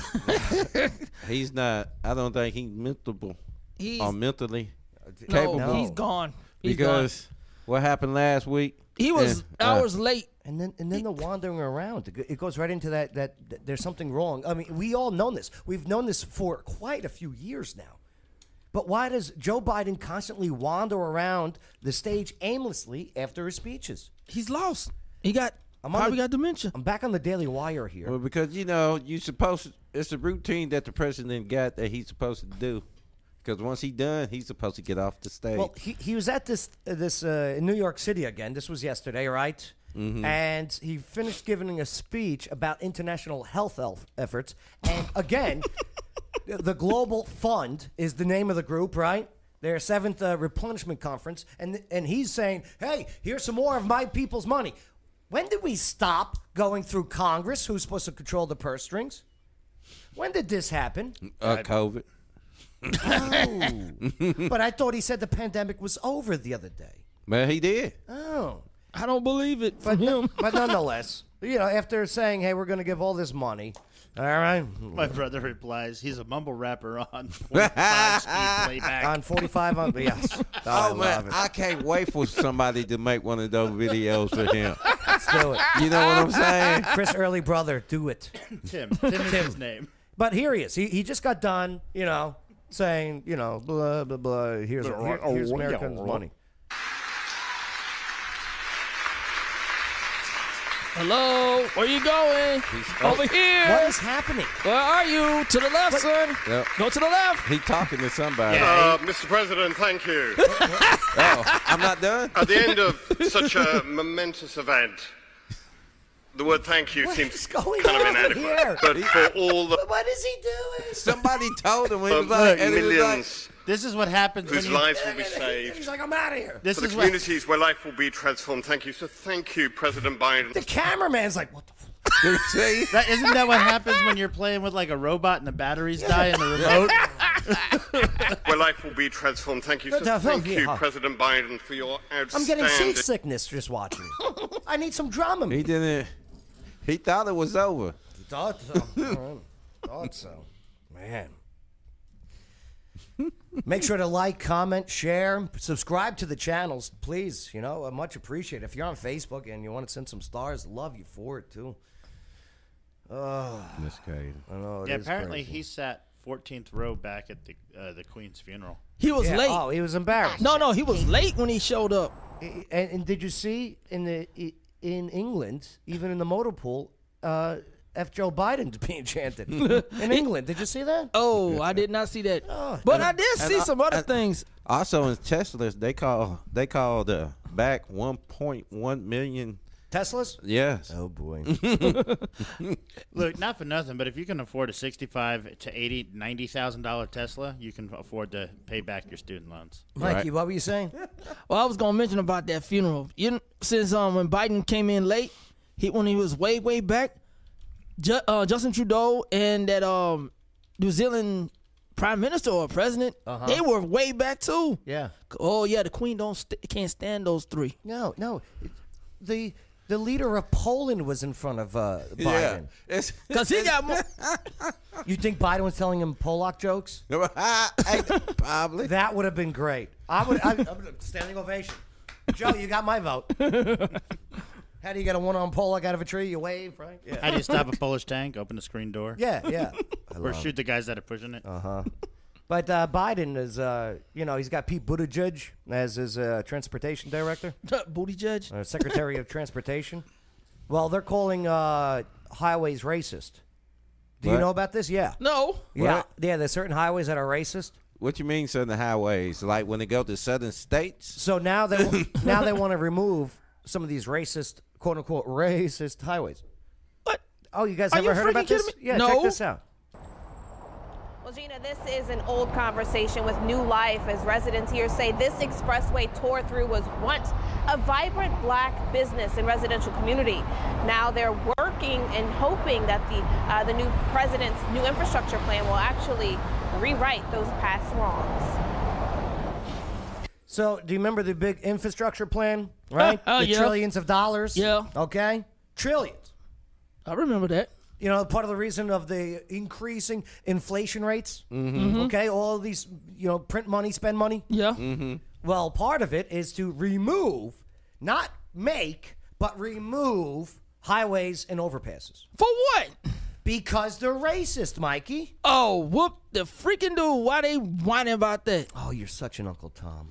S2: he's not. I don't think he's mentable
S4: He's
S2: or mentally
S4: no,
S2: capable
S4: he's gone. He's
S2: because what happened last week?
S4: gone. he was
S1: eh,
S2: uh,
S4: hours late.
S1: And then, and then the wandering around. It go- It goes right into that, that that there's something wrong. I mean, we all known this. We've known this for quite a few years now. But why does Joe Biden constantly wander around the stage aimlessly after his speeches?
S4: He's lost. He got
S1: I'm on
S4: probably
S1: the-
S4: got dementia.
S1: I'm back on the Daily Wire here.
S2: Well, because you know you supposed to, it's a routine that the president got that he's supposed to do. Because once he done, he's supposed to get off the stage.
S1: Well, he, he was at this this uh, in New York City again. This was yesterday, right? And he finished giving a speech about international health elf efforts. And again, the Global Fund is the name of the group, right? Their seventh uh, replenishment conference, and and he's saying, "Hey, here's some more of my people's money." When did we stop going through Congress, who's supposed to control the purse strings? When did this happen?
S2: uh, COVID.
S1: but I thought he said the pandemic was over the other day.
S2: Well, he did.
S1: Oh.
S4: I don't believe it from
S1: But, no-
S4: him.
S1: but nonetheless, you know, after saying, "Hey, we're going to give all this money," all right,
S5: My brother replies, he's a mumble rapper on 45 speed playback.
S1: on forty-five on yes. Oh, I
S2: Oh
S1: love
S2: man,
S1: it.
S2: I can't wait for somebody to make one of those videos for him.
S1: Let's do it.
S2: You know what I'm saying?
S1: Chris Early, brother, do it.
S5: Tim. Tim is his name.
S1: But here he is. He he just got done, you know, saying, you know, blah blah blah. Here's here,
S9: oh,
S1: here's Americans' money.
S4: Hello, where you going? Over here.
S1: What is happening?
S4: Where are you? To the left, son.
S2: Yep.
S4: Go to the left.
S2: He talking to somebody.
S9: Uh, Mr. President, thank you.
S2: Oh, I'm not done.
S9: At the end of such a momentous event, the word thank you
S1: What is
S9: seems
S1: going
S9: kind of
S1: on over
S9: inadequate.
S1: here?
S9: But for all the
S1: What is he doing?
S2: Somebody told him he was
S9: um,
S2: like, and he was like,
S9: millions
S5: This is what happens when
S9: whose
S5: you.
S9: lives will be saved,
S1: He's like, I'm out of here.
S5: This
S9: for the
S5: is what,
S9: communities where life will be transformed, thank you. So thank you, President
S1: The
S9: Biden.
S1: cameraman's like, what the? F-?
S2: see,
S5: that, isn't that what happens when you're playing with like a robot and the batteries die in the remote?
S9: Where life will be transformed, thank you. So
S1: But, uh,
S9: thank
S1: yeah.
S9: you, President Biden, for your
S1: I'm getting
S9: outstanding.
S1: seasickness just watching. it. I need some drama.
S2: he didn't. He thought it was over.
S1: Thought so. Alright. Thought so. Man. Make sure to like, comment, share, subscribe to the channels, please. You know, uh, much appreciated. If you're on Facebook and you want to send some stars, love you for it too.
S2: That's crazy.
S1: I know. it
S5: yeah,
S1: is
S5: apparently
S1: crazy.
S5: he sat 14th row back at the uh, the Queen's funeral.
S4: He was
S1: Yeah,
S4: late.
S1: Oh, he was embarrassed.
S4: No, no, he was late when he showed up.
S1: I- And, and did you see in the i- in England, even in the motor pool, uh, F Joe Biden being chanted in England. Did you see that?
S4: Oh, I did not see that. but I did
S2: Oh, and
S4: see
S2: I-
S4: some other
S2: and-
S4: things.
S2: Also in Teslas, they call they call the back 1.1 million.
S1: Teslas.
S2: Yes.
S1: Oh boy.
S5: Look, not for nothing, but if you can afford a sixty-five to eighty, ninety thousand dollar Tesla, you can afford to pay back your student loans.
S1: Mikey, what were you saying?
S4: Well, I was gonna mention about that funeral. You kn- since um when Biden came in late, he when he was way way back, Ju- uh, Justin Trudeau and that um New Zealand prime minister or president,
S2: Uh-huh.
S4: they were way back too.
S1: Yeah.
S4: Oh yeah, the Queen don't st- can't stand those three.
S1: No, no. The the leader of Poland was in front of uh,
S2: Yeah.
S1: Biden.
S2: It's,
S4: Cause he got more.
S1: You think Biden was telling him Polak jokes?
S2: probably.
S1: That would have been great. I would. I, I'm standing ovation. Joe, you got my vote. How do you get a one-armed Polak out of a tree? You wave, right? Yeah,
S5: How do you stop a Polish tank? Open the screen door.
S1: yeah, yeah.
S5: Or shoot the guys that are pushing
S1: Oh,
S5: it.
S1: But uh, Biden is, uh, you know, he's got Pete Buttigieg as his uh, transportation director,
S4: Booty judge.
S1: or Secretary of Transportation. Well, they're calling uh, highways racist. Do you
S2: What?
S1: know about this? Yeah.
S4: No.
S1: Yeah,
S2: What?
S1: yeah. There's certain highways that are racist.
S2: What you mean, southern highways? Like when they go to southern states?
S1: So now they wa- now they want to remove some of these racist, quote unquote, racist highways.
S4: What?
S1: Oh, you guys
S4: Are
S1: ever
S4: you
S1: heard about
S4: freaking kidding
S1: this?
S4: me?
S1: Yeah,
S4: No.
S1: check this out.
S10: Well, Gina, this is an old conversation with new life as residents here say this expressway tore through was once a vibrant black business and residential community. Now they're working and hoping that the uh, the new president's new infrastructure plan will actually rewrite those past wrongs.
S1: So, do you remember the big infrastructure plan, right?
S4: oh,
S1: the
S4: yeah.
S1: trillions of dollars.
S4: Yeah.
S1: Okay. Trillions.
S4: I remember that.
S1: You know, part of the reason of the increasing inflation rates. Okay, all these, you know, print money, spend money.
S4: Yeah.
S2: Mm-hmm.
S1: Well, part of it is to remove, not make, but remove highways and overpasses
S4: For what?
S1: because they're racist, Mikey.
S4: Oh, whoop the freaking dude. Why they whining about that?
S1: Oh, you're such an Uncle Tom.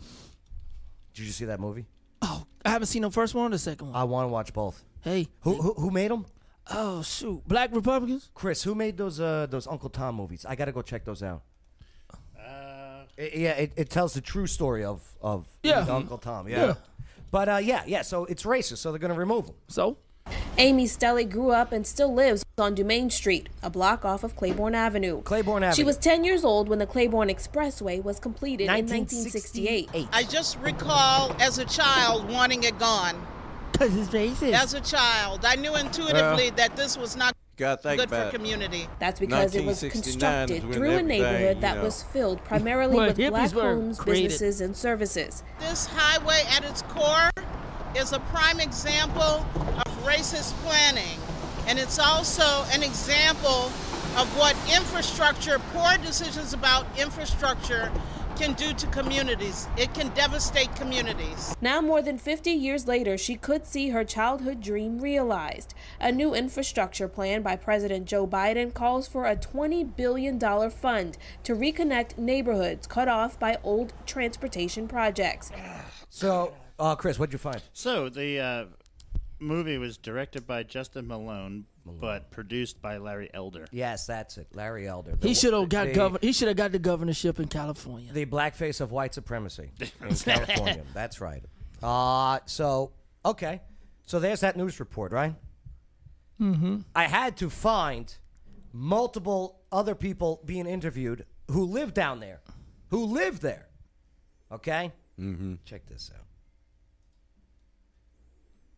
S1: Did you see that movie?
S4: Oh, I haven't seen the first one or the second one.
S1: I want to watch both.
S4: hey.
S1: Who who, who made them?
S4: Oh shoot. Black Republicans?
S1: Chris, who made those uh, those Uncle Tom movies? I gotta go check those out. Uh, yeah, it, it tells the true story of of
S4: Yeah.
S1: Uncle Tom. Yeah.
S4: Yeah.
S1: But uh, yeah, yeah. So it's racist, so they're gonna remove them.
S4: So?
S10: Amy Stelly grew up and still lives on Dumaine Street, a block off of Claiborne Avenue.
S1: Claiborne
S10: She
S1: Avenue.
S10: was 10 years old when the Claiborne Expressway was completed in 1968.
S11: I just recall as a child wanting it gone.
S4: Cause it's racist.
S11: As a child, I knew intuitively that this was not
S2: Gotta think
S11: good for
S2: about it.
S11: community.
S10: That's because it was
S2: 1969 is
S10: constructed
S2: when
S10: through a
S2: everything,
S10: neighborhood
S2: you
S10: that
S2: know.
S10: was filled primarily
S4: Well,
S10: with
S4: hippies
S10: black
S4: were
S10: homes,
S4: created.
S10: businesses, and services.
S11: This highway at its core is a prime example of racist planning. And it's also an example of what infrastructure, poor decisions about infrastructure, can do to communities. It can devastate communities.
S10: Now, more than 50 years later, she could see her childhood dream realized. A new infrastructure plan by President Joe Biden calls for a $20 billion fund to reconnect neighborhoods cut off by old transportation projects.
S1: So, uh, Chris, what'd you find?
S5: So the uh, movie was directed by Justin Malone, but produced by Larry Elder.
S1: Yes, that's it. Larry Elder.
S4: he should have got
S1: the,
S4: govern he should have got the governorship in California.
S1: the blackface of white supremacy in California. That's right. Uh, so, okay. So there's that news report, right? Mm-hmm.
S4: Mm-hmm.
S1: I had to find multiple other people being interviewed who live down there, who live there. Okay? Mm-hmm. Check this out.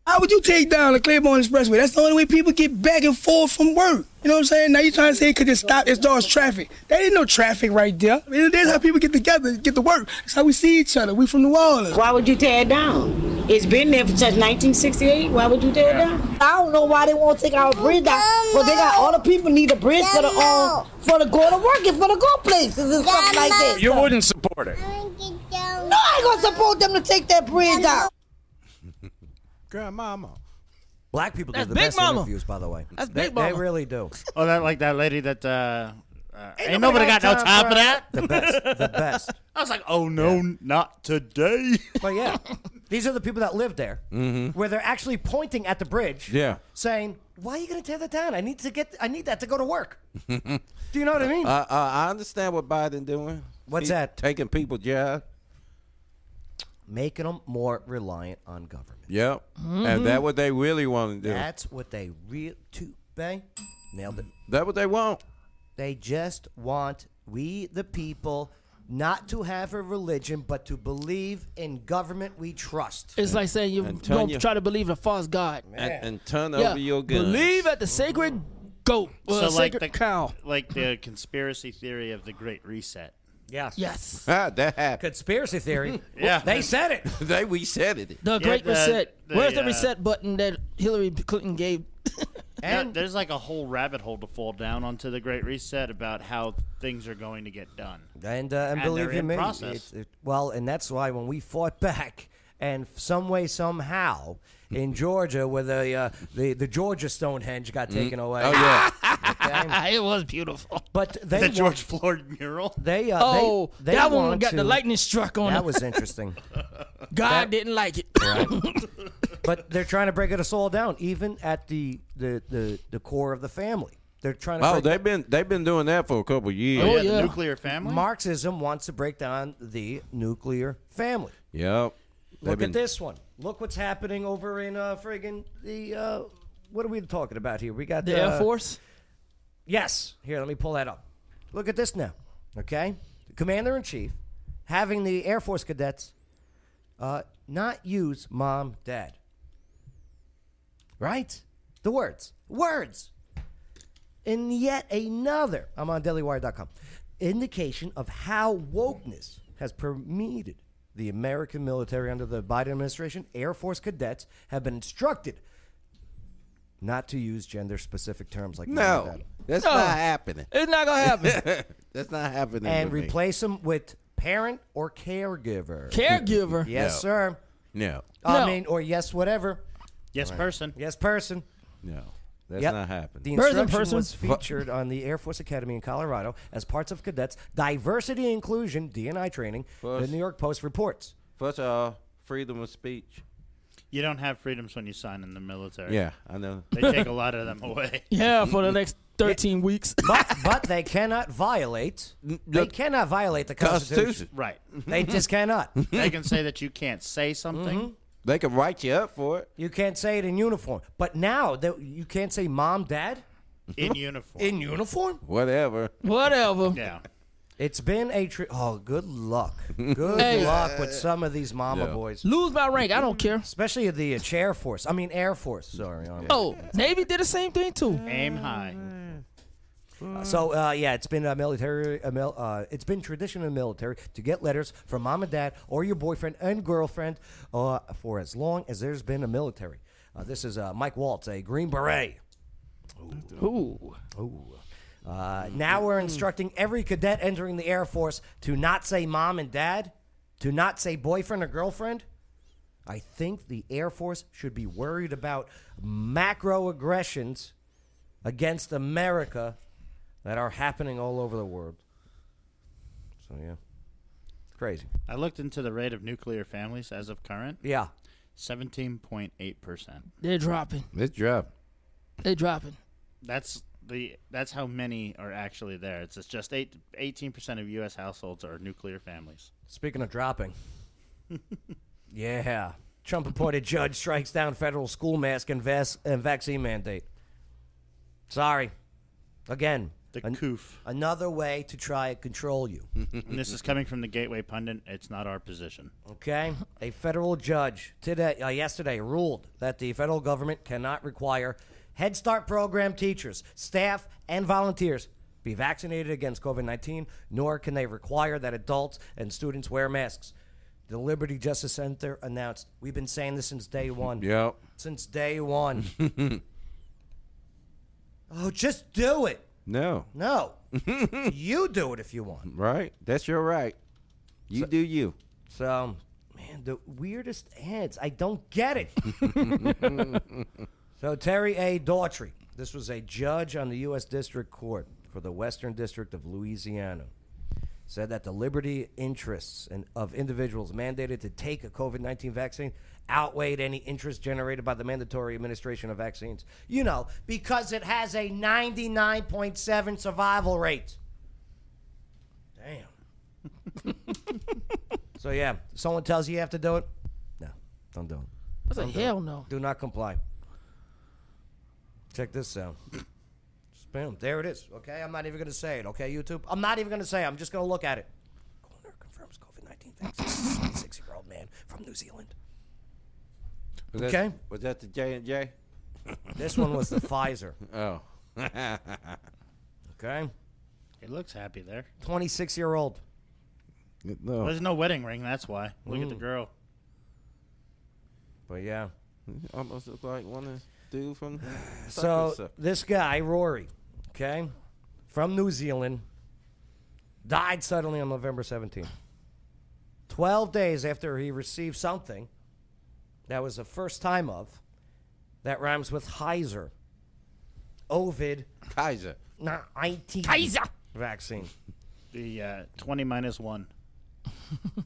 S12: How would you take down the Claiborne Expressway? That's the only way people get back and forth from work. You know what I'm saying? Now you're trying to say it could just stop as far as traffic. There ain't no traffic right there. I mean, that's how people get together, get to work. That's how we see each other. We from New Orleans.
S11: Why would you tear it down? It's been there since 1968. Why would you tear it down? I don't know why they won't take our bridge down, but they got all the people need a bridge for the um, for the go to work and for the go places and stuff like that.
S12: You wouldn't support it.
S11: No, I ain't gonna support them to take that bridge down.
S2: Grandmama.
S1: Black people
S4: That's
S1: do the
S4: Big
S1: best
S4: Mama.
S1: interviews, by the way.
S4: That's
S1: they,
S4: Big Mama.
S1: They really do.
S5: Oh, that like that lady that uh, Uh, ain't, nobody, got, no time for that.
S1: The best. The best.
S5: I was like, oh no, not today.
S1: But yeah, these are the people that live there,
S2: Mm-hmm.
S1: where they're actually pointing at the bridge,
S2: Yeah.
S1: saying, "Why are you going to tear that down? I need to get. I need that to go to work." Do you know what I mean?
S2: Uh, uh, I understand what Biden doing.
S1: What's
S2: He's
S1: that?
S2: Taking people job.
S1: Making them more reliant on government.
S2: Yep.
S1: Mhm.
S10: Mm-hmm.
S2: And that what they really want to do.
S1: That's what they real to bang. Nailed it.
S2: That what they want.
S1: They just want we the people not to have a religion, but to believe in government we trust.
S4: It's like saying you
S1: And
S4: don't
S1: Tanya-
S4: try to believe in a false god.
S2: And, and turn
S4: Yeah.
S2: over your guns.
S4: Believe at the sacred goat. Or
S5: so like
S4: sacred
S5: the
S4: cow.
S5: like the conspiracy theory of the Great Reset.
S1: Yes.
S4: Yes.
S2: Ah, that happened.
S1: Conspiracy theory.
S5: Yeah.
S1: They said it.
S2: they we said it.
S4: The Great
S5: the-
S4: Reset.
S5: the,
S4: Where's the
S5: uh,
S4: reset button that Hillary Clinton gave?
S5: And there's like a whole rabbit hole to fall down onto the Great Reset about how things are going to get done.
S1: And, uh, and,
S5: And
S1: believe
S5: they're
S1: you
S5: in
S1: me,
S5: process.
S1: it's- it- well, and that's why when we fought back, and f- some way, somehow, in Georgia, where the uh, the the Georgia Stonehenge got taken away.
S2: Oh yeah.
S4: it was beautiful.
S1: But they
S5: the
S1: want-
S5: George Floyd mural.
S1: They uh, they-
S4: oh,
S1: they,
S4: that one
S1: want
S4: got the
S1: to-
S4: lightning struck on
S1: That
S4: it.
S1: was interesting.
S4: God
S1: that-
S4: didn't like it.
S1: but they're trying to break us all down, even at the the the, the core of the family. They're trying to.
S2: Oh,
S1: break
S2: they've been they've been doing that for a couple years.
S5: Oh, yeah, the nuclear family.
S1: Marxism wants to break down the nuclear family.
S2: Yep. They've
S1: Look
S2: been-
S1: at this one. Look what's happening over in uh, friggin' the. Uh, what are we talking about here? We got uh,
S4: The Air Force?
S1: Yes. Here, let me pull that up. Look at this now. Okay, the Commander in Chief having the Air Force cadets uh, not use mom, dad. Right? The words. Words. And yet another, I'm on dailywire.com, indication of how wokeness has permeated the American military under the Biden administration. Air Force cadets have been instructed not to use gender specific terms like mom and
S2: No,
S1: dad.
S2: that's
S1: No.
S2: not happening.
S4: It's not gonna happen.
S2: that's not happening.
S1: And
S2: with me.
S1: replace them with parent or caregiver.
S4: Caregiver.
S1: Yes,
S2: No.
S1: sir.
S2: No,
S1: I
S4: No.
S1: mean, or yes, whatever.
S5: Yes,
S1: Right.
S5: person.
S1: Yes, person.
S2: no, that's
S1: Yep.
S2: not happening.
S1: The
S4: Birth in
S1: instruction
S4: person.
S1: was
S4: Fu-
S1: featured on the Air Force Academy in Colorado as parts of cadets' diversity inclusion (D&I) training. The
S2: Plus-
S1: New York Post reports.
S2: First of all, freedom of speech.
S5: You don't have freedoms when you sign in the military.
S2: Yeah, I know.
S5: They take a lot of them away.
S4: yeah, for the next 13 weeks.
S1: But but they cannot violate. They cannot violate the Constitution.
S2: Constitution.
S5: Right.
S1: They just cannot.
S5: They can say that you can't say something.
S2: They can write you up for it.
S1: You can't say it in uniform. But now that you can't say mom, dad
S2: Mm-hmm.
S5: In uniform.
S1: in uniform.
S2: Whatever.
S4: Whatever.
S5: Yeah.
S1: It's been a tri- oh, good luck, good
S4: Hey.
S1: luck with some of these mama
S2: Yeah.
S1: boys,
S4: Lose my rank. I don't care.
S1: especially the uh, chair force. I mean, Air Force. Sorry, Army.
S4: Oh, Navy did the same thing too.
S5: Aim high.
S1: So uh, yeah, it's been a military. A mil- uh, it's been tradition in the military to get letters from mom and dad or your boyfriend and girlfriend uh, for as long as there's been a military. Uh, this is uh, Mike Waltz, a Green Beret.
S4: Ooh.
S1: Ooh. Uh, now we're instructing every cadet entering the Air Force to not say mom and dad, to not say boyfriend or girlfriend. I think the Air Force should be worried about macro aggressions against America that are happening all over the world. So, yeah. Crazy.
S5: I looked into the rate of nuclear families as of current.
S1: Yeah.
S5: Seventeen point eight percent.
S4: They're dropping.
S2: This job.
S4: They're dropping.
S5: That's the that's how many are actually there. It's, it's just eight, 18 percent of U.S. households are nuclear families.
S1: Speaking of dropping. yeah. Trump appointed judge strikes down federal school mask and, vas- and vaccine mandate. Sorry. Again,
S5: The
S1: an-
S5: coof.
S1: another way to try and control you.
S5: And this is coming from the Gateway pundit. It's not our position.
S1: Okay, a federal judge today, uh, yesterday, ruled that the federal government cannot require Head Start program teachers, staff, and volunteers be vaccinated against COVID nineteen, nor can they require that adults and students wear masks. The Liberty Justice Center announced, "We've been saying this since day one.
S2: Yep.
S1: Since day one. oh, just do it.
S2: No,
S1: No, you do it if you want."
S2: right? That's your right. You do you.
S1: So, man, the weirdest ads. I don't get it. so, Terry A. Daughtry. This was a judge on the U.S. District Court for for the Western District of Louisiana said that the liberty interests and of individuals mandated to take a COVID 19 vaccine outweighed any interest generated by the mandatory administration of vaccines. You know, because it has a 99.7 survival rate. Damn. so, yeah, someone tells you you have to do it? No, don't do it.
S4: I was like,
S1: Don't do it.
S4: hell no.
S1: Do not comply. Check this out. Just boom. There it is. Okay, I'm not even going to say it. Okay, YouTube. I'm not even going to say it. I'm just going to look at it. Coroner confirms COVID 19 vaccine. Six year old man from New Zealand.
S2: Was that-
S1: Okay.
S2: was that the J and J?
S1: This one was the Pfizer.
S2: Oh.
S1: okay.
S5: He looks happy there.
S1: 26 year old.
S2: No.
S5: There's no wedding ring. That's why. Look at the
S2: Mm.
S5: girl.
S1: But yeah.
S2: Almost look like one of the dude from.
S1: So this guy, Rory, okay, from New Zealand, died suddenly on November 17th. 12 days after he received something that was the first time of that rhymes with Heiser. Ovid.
S2: Kaiser.
S1: Not IT.
S5: Kaiser.
S1: Vaccine.
S5: The uh, 20 minus 1.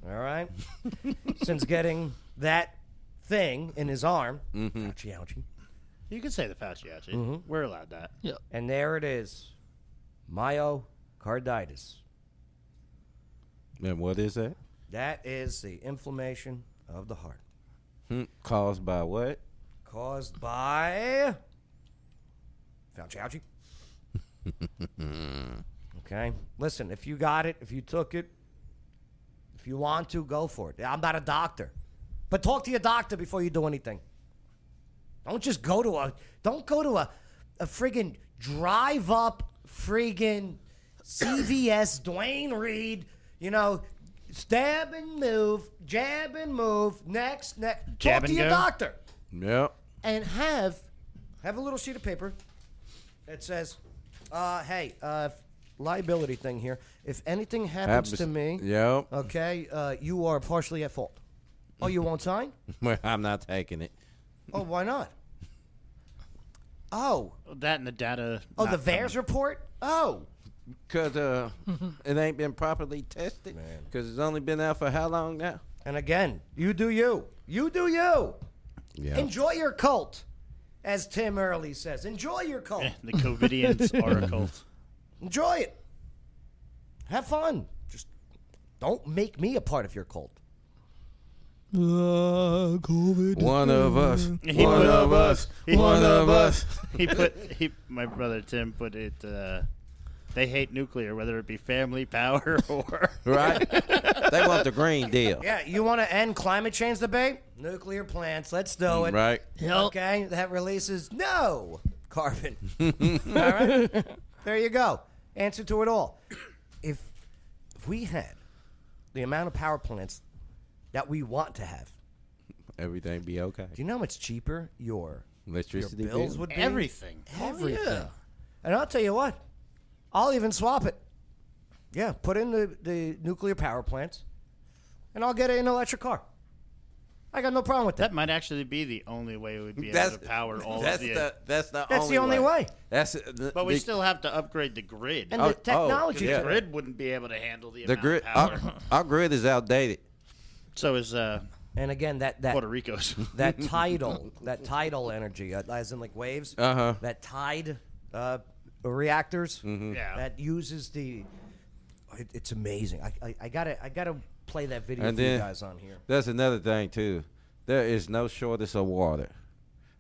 S1: All right. Since getting that thing in his arm, Fauci, ouchie.
S5: You can say the Fauci, actually.
S2: Mm-hmm.
S1: Mhm.
S5: We're allowed that.
S4: Yeah.
S1: And there it is. Myocarditis.
S2: And what is that?
S1: That is the inflammation of the heart
S2: Hmm, caused by what?
S1: caused by Fauci. Ouchie. Okay. Listen, if you got it, if you took it, if you want to, go for it. I'm not a doctor, but talk to your doctor before you do anything. Don't just go to a don't go to a a friggin' drive up friggin' CVS Dwayne Reed. You know, stab and move, jab and move, next, next.
S2: Jab
S1: talk to
S2: and
S1: your
S2: go.
S1: doctor
S2: Yep.
S1: and have have a little sheet of paper that says, uh, "Hey, uh, f- liability thing here. If anything happens
S2: Happens-
S1: to me,
S2: Yep.
S1: okay, uh, you are partially at fault. Oh, you won't sign?
S2: Well, I'm not taking it.
S1: Oh, why not? Oh,
S5: That and the data.
S1: oh, the VAERS report. Oh,
S2: Because uh, it ain't been properly tested. Because it's only been out for how long now?
S1: And again, you do you. You do you.
S2: Yeah.
S1: Enjoy your cult, as Tim Early says. Enjoy your cult.
S5: The COVIDians are a cult.
S1: Enjoy it. Have fun. Just don't make me a part of your cult.
S2: One of us.
S5: He
S2: One
S5: put-
S2: of us.
S5: he-
S2: One of us.
S5: He put he, my brother Tim put it. Uh, they hate nuclear, whether it be family, power, or
S2: right. They want the green deal.
S1: Yeah, you want to end climate change debate? Nuclear plants. Let's do it.
S2: Right.
S1: Okay, that releases no carbon. all right. There you go. Answer to it all. If if we had the amount of power plants that we want to have,
S2: Everything be okay.
S1: do you know how much cheaper your
S2: Electricity
S1: your bills
S2: bill?
S1: would be?
S5: Everything. Oh,
S1: Everything.
S5: yeah.
S1: And I'll tell you what, I'll even swap it. Yeah, put in the, the nuclear power plants, and I'll get an electric car. I got no problem with that.
S5: that might actually be the only way we'd be able
S2: That's-
S5: to power all
S2: that's
S5: of the.
S2: the- that's the
S1: That's the only way.
S2: That's the,
S5: but we
S2: the-
S5: still have to upgrade the grid.
S2: And the Oh, oh, technology yeah.
S5: the grid wouldn't be able to handle the,
S2: the
S5: amount
S2: grid. uh-huh.
S5: of power.
S2: Our, our grid is outdated.
S5: So is uh,
S1: and again that that
S5: Puerto Rico's
S1: that tidal that tidal energy uh, as in like waves
S2: Uh-huh. Mm-hmm.
S1: that tide uh, reactors
S5: Yeah.
S1: that uses the it, it's amazing I, I, I gotta I gotta play that video
S2: And
S1: for you
S2: then
S1: guys on here
S2: that's another thing too. There is no shortage of water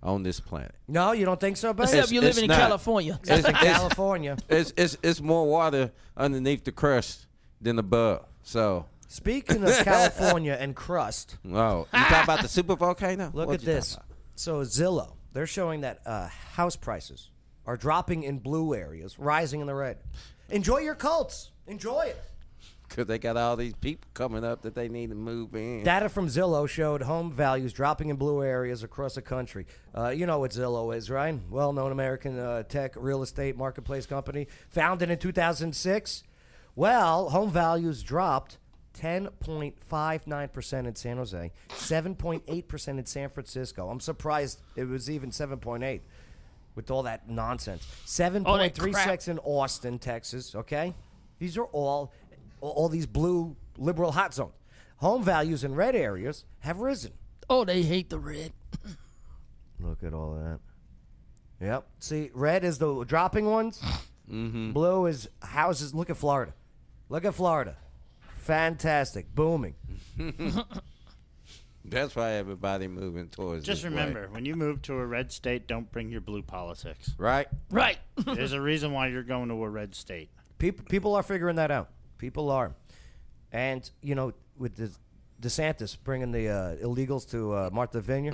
S2: on this planet.
S1: no you don't think so buddy?
S4: Except you live in
S2: not.
S4: California.
S1: Except in California
S2: It's it's it's more water underneath the crust than above. So
S1: speaking of California and crust
S2: oh, you talk about the super volcano?
S1: Look
S2: What
S1: at
S2: you talking
S1: this. So Zillow, they're showing that uh, house prices are dropping in blue areas, rising in the red. Enjoy your cults. Enjoy it.
S2: Because they got all these people coming up that they need to move in.
S1: Data from Zillow showed home values dropping in blue areas across the country. Uh, you know what Zillow is, right? Well known American uh, tech real estate marketplace company, founded in 2006. Well, home values dropped 10.59% in San Jose, 7.8% in San Francisco. I'm surprised it was even 7.8. with all that nonsense. Seven
S13: All
S1: point
S13: that
S1: three
S13: crap.
S1: six in Austin, Texas. Okay, these are all all these blue liberal hot zones. Home values in red areas have risen.
S4: Oh, they hate the red.
S1: Look at all that. Yep. See, red is the dropping ones. Mm-hmm. Blue is houses. Look at Florida. Look at Florida. Fantastic, booming.
S2: That's why everybody moving towards.
S5: Just
S2: this
S5: remember,
S2: way.
S5: when you move to a red state, don't bring your blue politics.
S2: Right.
S4: Right.
S5: There's a reason why you're going to a red state.
S1: People people are figuring that out. People are, and you know, with the DeSantis bringing the uh, illegals to uh, Martha Vineyard,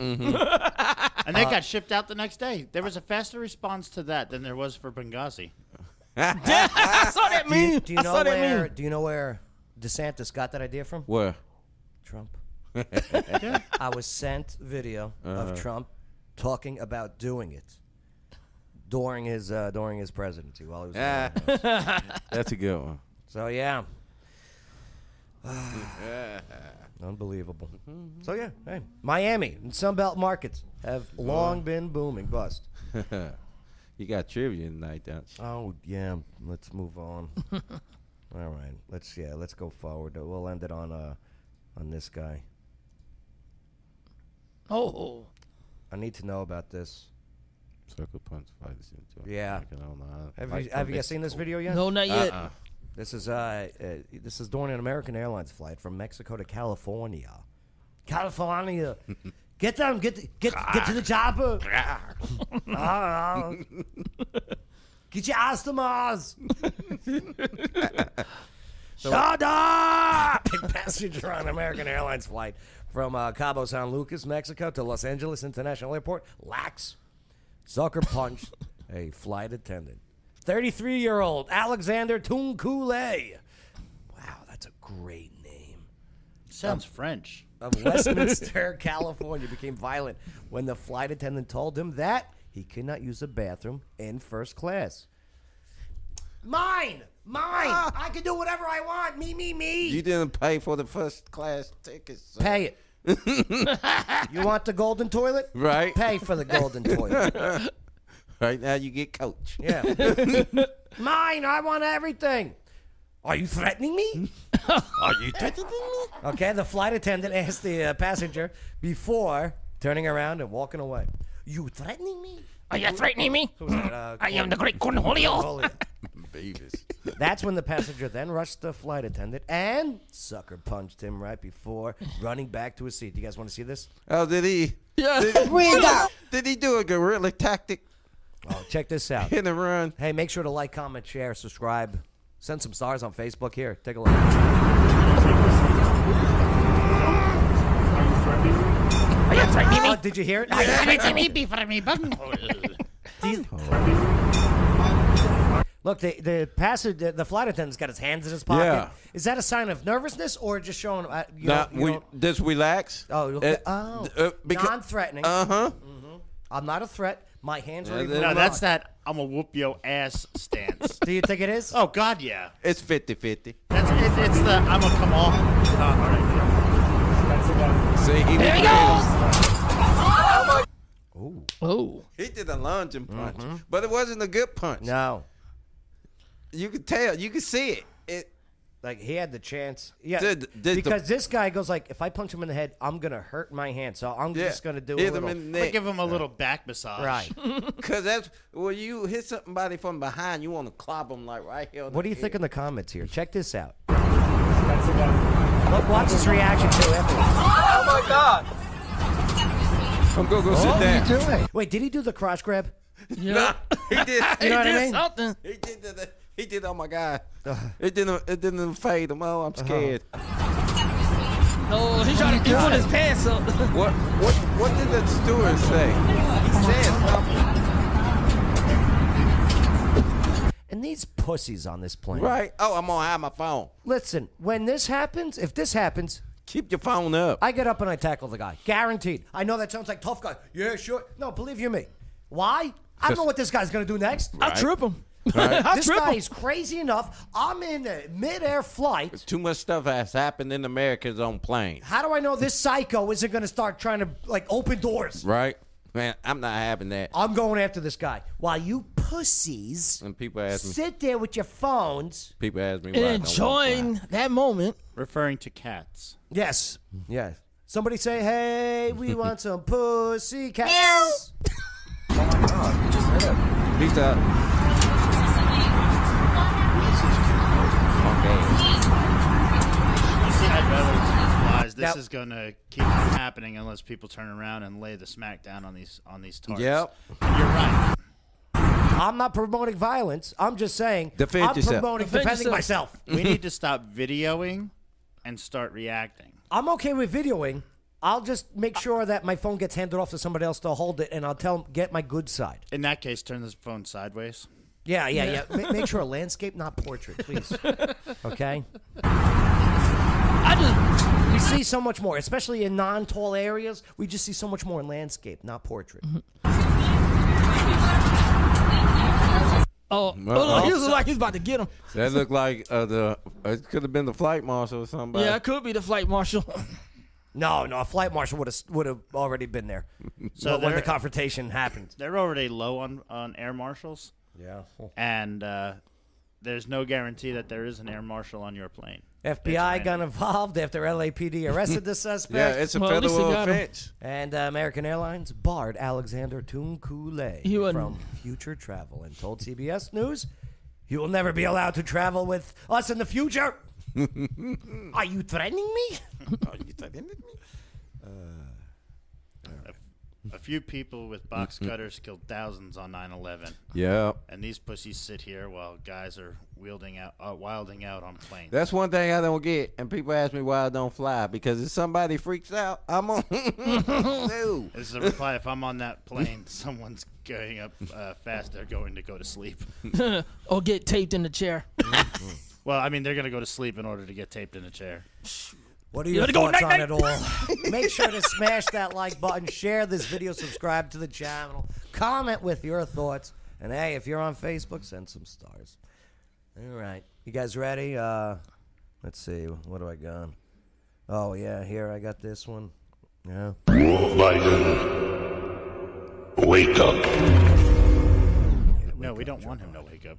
S5: And they
S1: Uh,
S5: got shipped out the next day. There was a faster response to that than there was for Benghazi.
S1: I
S4: saw that
S1: Do you, do you
S5: I
S1: know
S5: saw that
S1: where?
S5: meme.
S1: Do you know where DeSantis got that idea from?
S2: Where?
S1: Trump. I was sent video
S2: Uh-huh.
S1: of Trump talking about doing it during his uh, during his presidency while he was. in
S2: Ah.
S1: the White House.
S2: That's a good one.
S1: so yeah. Unbelievable. So yeah, hey, Miami and Sunbelt markets have long been booming. Bust.
S2: you got trivia tonight, don't you?
S1: Oh yeah, let's move on. All right, let's yeah, let's go forward. We'll end it on uh, on this guy.
S4: Oh.
S1: I need to know about this.
S2: Circle punch fighters into
S1: Yeah. Have you, have you guys seen this video yet?
S4: No, not yet. Uh-uh.
S1: This is uh, uh, this is during an American Airlines flight from Mexico to California. California, get them, get the, get get to the chopper. Ah. get your ass to Mars. Shut up! Big passenger on American Airlines flight from uh, Cabo San Lucas, Mexico, to Los Angeles International Airport. Lax. Zucker punched a flight attendant. 33 year old Alexander Tunkule. Wow, that's a great name.
S5: Sounds
S1: Of-
S5: French.
S1: Of Westminster, California, became violent when the flight attendant told him that he could not use the bathroom in first class. Mine! Mine! I can do whatever I want. Me, me, me.
S2: Ah. You didn't pay for the first class tickets. sir.
S1: Pay it. you want the golden toilet?
S2: Right.
S1: Pay for the golden toilet.
S2: right now you get coach.
S1: Yeah. Mine. I want everything. Are you threatening me?
S2: Are you threatening me?
S1: Okay, the flight attendant asked the uh, passenger before turning around and walking away. You threatening me?
S4: Are you threatening me?
S1: Who was that, uh,
S4: I am the great
S1: Cornholio.
S4: Cornholio.
S2: Beavis.
S1: That's when the passenger then rushed the flight attendant and sucker punched him right before running back to his seat. Do you guys want to see this?
S2: Oh, did he? Yeah. Did, did he do a guerrilla tactic?
S1: Oh, check this out.
S2: In the run.
S1: Hey, make sure to like, comment, share, subscribe. Send some stars on Facebook here. Take a look.
S4: Are you threatening me?
S1: Oh, did you hear it? Look, the the passenger, the flight attendant's got his hands in his pocket.
S2: Yeah.
S1: Is that a sign of nervousness or just showing? Uh, you
S2: Now,
S1: don't- you
S2: we,
S1: don't-
S2: does relax? Eh,
S1: Oh, okay. oh, non-threatening.
S2: Uh huh.
S1: Mhm. I'm not a threat. My hands are. even
S5: no, that's
S1: not.
S5: that I'm a whoop yo ass stance.
S1: Do you think it is?
S5: Oh God, yeah.
S2: It's 50 50.
S5: That's it, it's the I'm a come on. Oh, all right,
S2: See, he
S5: There he
S2: did-
S1: Ooh.
S4: Oh.
S2: He did a lunging punch, but it wasn't a good punch.
S1: Mm-hmm. No.
S2: You could tell. You could see it. It
S1: Like he had the chance. Yeah.
S2: Did- did the-
S1: because this guy goes like, if I punch him in the head, I'm gonna hurt my hand, so I'm
S2: Yeah.
S1: just gonna do
S2: Hit
S1: a
S2: him
S1: little.
S2: in the neck. Give him
S5: a little back massage.
S1: Right.
S2: Because that's when you hit somebody from behind, you want to clobber them like right here. on
S1: What do
S2: the
S1: you think
S2: head.
S1: in the comments here? Check this out. Look, watch his reaction to afterwards.
S14: Oh my God!
S2: I'm gonna go
S1: What
S2: sit
S1: are
S2: down.
S1: you doing? Wait, did he do the crotch grab?
S2: Nah, he did.
S1: You know what I mean?
S4: Something.
S2: He did. The, he did. Oh my god! It didn't. It didn't fade him. Oh, I'm scared.
S4: No, he trying
S1: Oh
S4: to pull his pants up.
S2: What? What? What did the steward say? He said something.
S1: And these pussies on this plane.
S2: Right. Oh, I'm gonna hide my phone.
S1: Listen, when this happens, if this happens,
S2: Keep your phone up.
S1: I get up and I tackle the guy. Guaranteed. I know that sounds like tough guy. Yeah, sure. No, believe you me. Why? I don't know what this guy's gonna do next.
S4: I'll trip him.
S2: Right.
S4: I'll
S1: this
S4: trip
S1: guy
S4: him.
S1: is crazy enough. I'm in a midair flight.
S2: Too much stuff has happened in America's on planes.
S1: How do I know this psycho isn't gonna start trying to like open doors?
S2: Right. Man, I'm not having that.
S1: I'm going after this guy. While you pussies
S2: And people ask me.
S1: sit there with your phones,
S2: People ask me.
S1: And
S2: why I don't want
S1: enjoying
S2: to fly.
S4: that moment.
S5: Referring to cats.
S15: Yes. Yes.
S1: somebody say, "Hey, we want some pussy cats."
S2: Peace out.
S5: You see, I'd rather it flies. This
S15: Yep.
S5: is going to keep from happening unless people turn around and lay the smack down on these on these targets.
S2: Yep.
S5: And you're right.
S1: I'm not promoting violence. I'm just saying
S2: Defend
S1: I'm
S2: yourself.
S1: promoting
S5: Defend
S1: defending
S5: yourself.
S1: myself.
S5: We need to stop videoing and start reacting.
S1: I'm okay with videoing. I'll just make sure that my phone gets handed off to somebody else to hold it, and I'll tell them get my good side.
S5: In that case, turn this phone sideways.
S1: Yeah, yeah, yeah. Ma- make sure landscape, not portrait, please. Okay.
S4: I just
S1: we see so much more, especially in non-tall areas. We just see so much more in landscape, not portrait.
S4: Oh,
S2: Well,
S4: hold on. He
S2: oh.
S4: was like he's about to get him.
S2: That looked like uh, the it could have been the flight marshal or somebody.
S4: Yeah, it could be the flight marshal.
S1: No, no, a flight marshal would have would have already been there.
S5: So
S1: So when the
S5: there-
S1: confrontation happened,
S5: They're already low on, on air marshals.
S1: Yeah.
S5: And uh, there's no guarantee that there is an air marshal on your plane.
S1: FBI got involved after LAPD arrested the suspect.
S2: Yeah, it's a Well, at least they federal got him. offense.
S1: And uh, American Airlines barred Alexander Tunkule
S4: He wasn't-
S1: from future travel and told CBS News, "You will never be allowed to travel with us in the future." Are you threatening me?
S2: Are you threatening me?
S5: A few people with box
S1: Mm-hmm.
S5: cutters killed thousands on 9/11.
S2: Yeah.
S5: And these pussies sit here while guys are wielding out, uh, wilding out on planes.
S2: That's one thing I don't get, and people ask me why I don't fly because if somebody freaks out, I'm on. no.
S5: This is a reply. If I'm on that plane, someone's going up uh, fast. They're going to go to sleep.
S4: or get taped in the chair.
S5: Well, I mean, they're going to go to sleep in order to get taped in a chair.
S1: What are
S5: You
S1: your
S5: gotta go
S1: thoughts on it
S5: night-night.
S1: all? Make sure to smash that like button, share this video, subscribe to the channel, comment with your thoughts, and hey, if you're on Facebook, send some stars. All right, you guys ready? Uh, let's see, what do I got? Oh yeah, here I got this one. Yeah.
S3: Biden, wake up.
S5: No, we don't want him to wake up.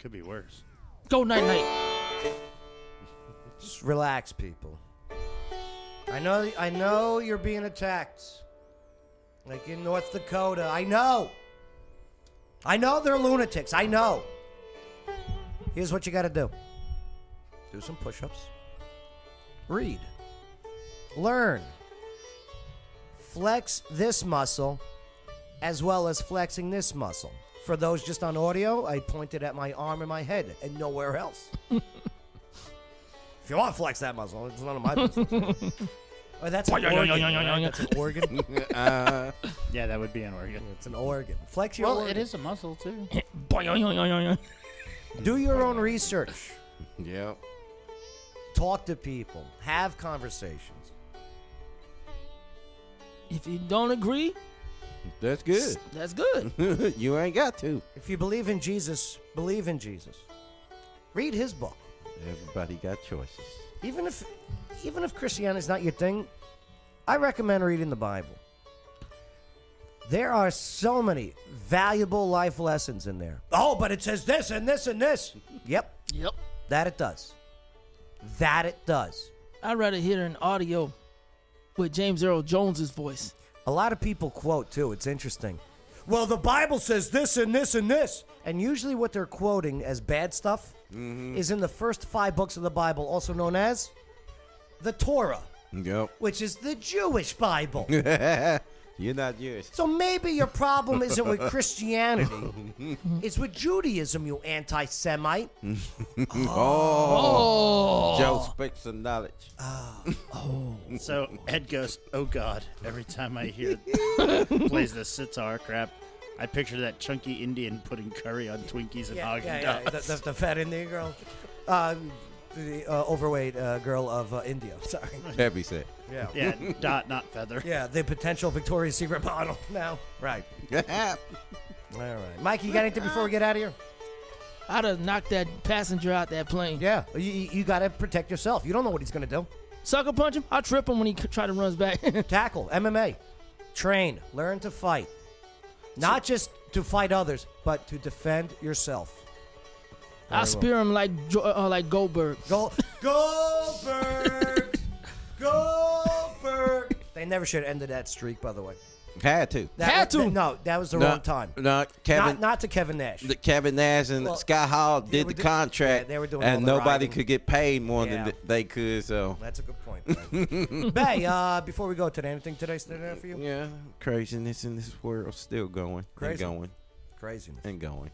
S5: Could be worse.
S4: Go night night.
S1: Just relax, people. I know I know you're being attacked. Like in North Dakota. I know. I know they're lunatics. I know. Here's what you got to do. Do some push-ups. Read. Learn. Flex this muscle as well as flexing this muscle. For those just on audio, I pointed at my arm and my head and nowhere else. If you want to flex that muscle, it's none of my business. oh, that's an organ. right? That's an organ.
S2: Uh,
S5: yeah, that would be an organ.
S1: It's an organ. Flex your
S5: Well,
S1: organ.
S5: it is a muscle too.
S1: Do your own research.
S2: Yeah.
S1: Talk to people. Have conversations.
S4: If you don't agree,
S2: That's good.
S4: that's good.
S2: you ain't got to.
S1: If you believe in Jesus, believe in Jesus. Read his book.
S2: Everybody got choices.
S1: Even if even if Christianity is not your thing, I recommend reading the Bible. There are so many valuable life lessons in there. Oh, but it says this and this and this. Yep.
S4: Yep.
S1: That it does. That it does.
S4: I'd rather hear an audio with James Earl Jones's voice.
S1: A lot of people quote too. It's interesting. Well, the Bible says this and this and this. And usually what they're quoting as bad stuff is in the first five books of the Bible, also known as the Torah,
S2: Yep.
S1: which is the Jewish Bible.
S2: You're not yours.
S1: so maybe your problem isn't with Christianity, it's with Judaism, you anti Semite.
S2: oh.
S1: Oh.
S2: Joe speaks some knowledge.
S5: So Ed goes, "Oh God!" Every time I hear plays the sitar crap, I picture that chunky Indian putting curry on Twinkies and
S1: Yeah,
S5: Haagen
S1: yeah, yeah. The,
S5: Dazs.
S1: the, the fat Indian girl. Um, the uh, overweight uh, girl of uh, India. Sorry.
S2: Happy set.
S1: Yeah.
S5: yeah, dot not feather.
S1: Yeah, the potential Victoria's Secret model now. Right. All right. Mike, you got anything before we get out of here?
S4: I'd have knocked that passenger out that plane.
S1: Yeah. You, you got to protect yourself. You don't know what he's going to do.
S4: Sucker punch him. I trip him when he c- try to runs back.
S1: Tackle, MMA. Train. Learn to fight. Not just to fight others, but to defend yourself.
S4: I
S1: Very well.
S4: spear him like Jo- uh, like Goldberg.
S1: Go Goldberg. Goldberg. They never should have ended that streak, by the way.
S2: Had to.
S1: That was- No, that was the
S2: No,
S1: wrong time.
S2: No, Kevin.
S1: Not, not to Kevin Nash.
S2: the Kevin Nash and
S1: Well,
S2: Sky Hall
S1: they
S2: did
S1: were
S2: the
S1: do-
S2: contract,
S1: yeah, they were doing all
S2: and
S1: the
S2: nobody
S1: writing.
S2: could get paid more
S1: Yeah.
S2: than th- they could. So
S1: That's a good point. Ben. Bay, uh, before we go today, anything today stood out for you?
S2: Yeah. craziness in this world still going,
S1: Crazy.
S2: and going,
S1: Craziness,
S2: and going,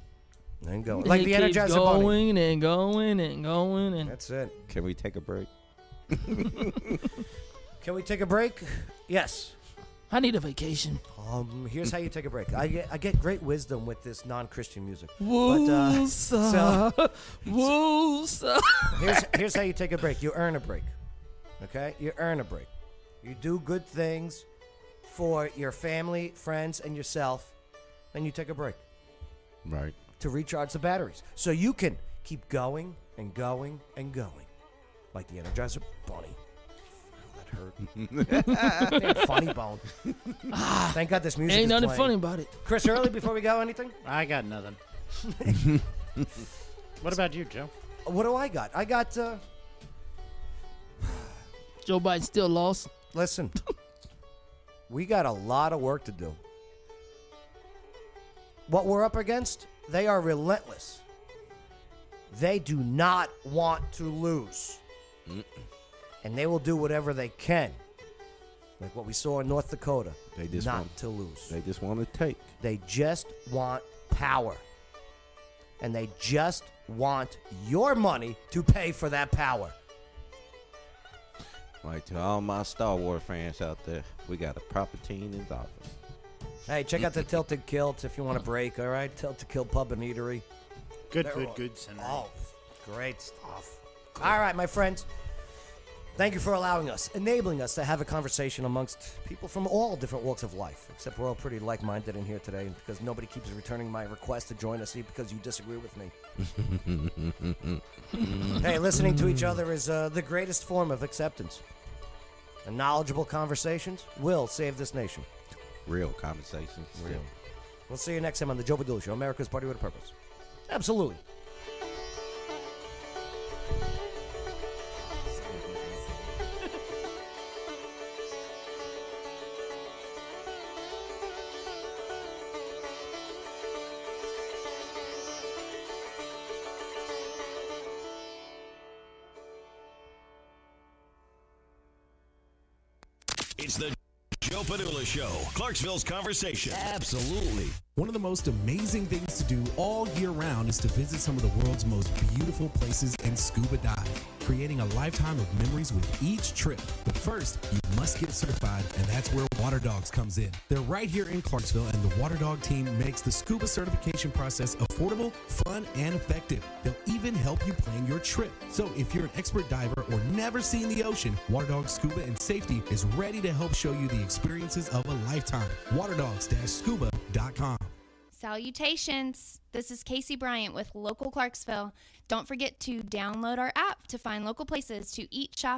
S1: and going.
S4: It keeps going and going and going and.
S1: That's it.
S2: Can we take a break?
S1: Can we take a break? Yes.
S4: I need a vacation.
S1: Um, here's how you take a break. I get, I get great wisdom with this non-Christian music. uh,
S4: Woosah. Woosah.
S1: here's here's how you take a break. You earn a break. Okay? You earn a break. You do good things for your family, friends, and yourself, then you take a break
S2: Right.
S1: to recharge the batteries. So you can keep going and going and going. Like the Energizer Bunny. That hurt. Damn funny bone. Ah, Thank God this music
S4: Ain't
S1: is
S4: nothing
S1: playing.
S4: funny about it.
S1: Chris Early, before we go, anything?
S5: I got nothing. what about you, Joe?
S1: What do I got? I got. Uh,
S4: Joe Biden still lost.
S1: Listen, we got a lot of work to do. What we're up against, they are relentless. They do not want to lose. And they will do whatever they can. Like what we saw in North Dakota.
S2: They just
S1: not
S2: want
S1: to lose.
S2: They just want to take.
S1: They just want power. And they just want your money to pay for that power.
S2: Like to all my Star Wars fans out there, we got a proper team in the office.
S1: Hey, check out the Tilted Kilt if you want a break, all right? Tilted Kilt Pub and Eatery.
S5: Good
S1: They're
S5: food,
S1: all-
S5: good center.
S1: Oh, great stuff. All right, my friends. Thank you for allowing us, enabling us to have a conversation amongst people from all different walks of life. Except we're all pretty like minded in here today because nobody keeps returning my request to join us because you disagree with me. hey, listening to each other is uh, the greatest form of acceptance. And knowledgeable conversations will save this nation.
S2: Real conversations. Real.
S1: We'll see you next time on The Joe Padula Show, America's Party with a Purpose. Absolutely.
S3: It's the Joe Padula Show, Clarksville's conversation.
S16: Absolutely. One of the most amazing things to do all year round is to visit some of the world's most beautiful places and scuba dive, creating a lifetime of memories with each trip. But first, you must get certified, and that's where Water Dogs comes in. They're right here in Clarksville, and the Water Dog team makes the scuba certification process affordable, fun, and effective. They'll even help you plan your trip. So if you're an expert diver or never seen the ocean, Water Dog Scuba and Safety is ready to help show you the experiences of a lifetime. Waterdogs-scuba.com.
S17: Salutations! This is Casey Bryant with Local Clarksville. Don't forget to download our app to find local places to eat, shop,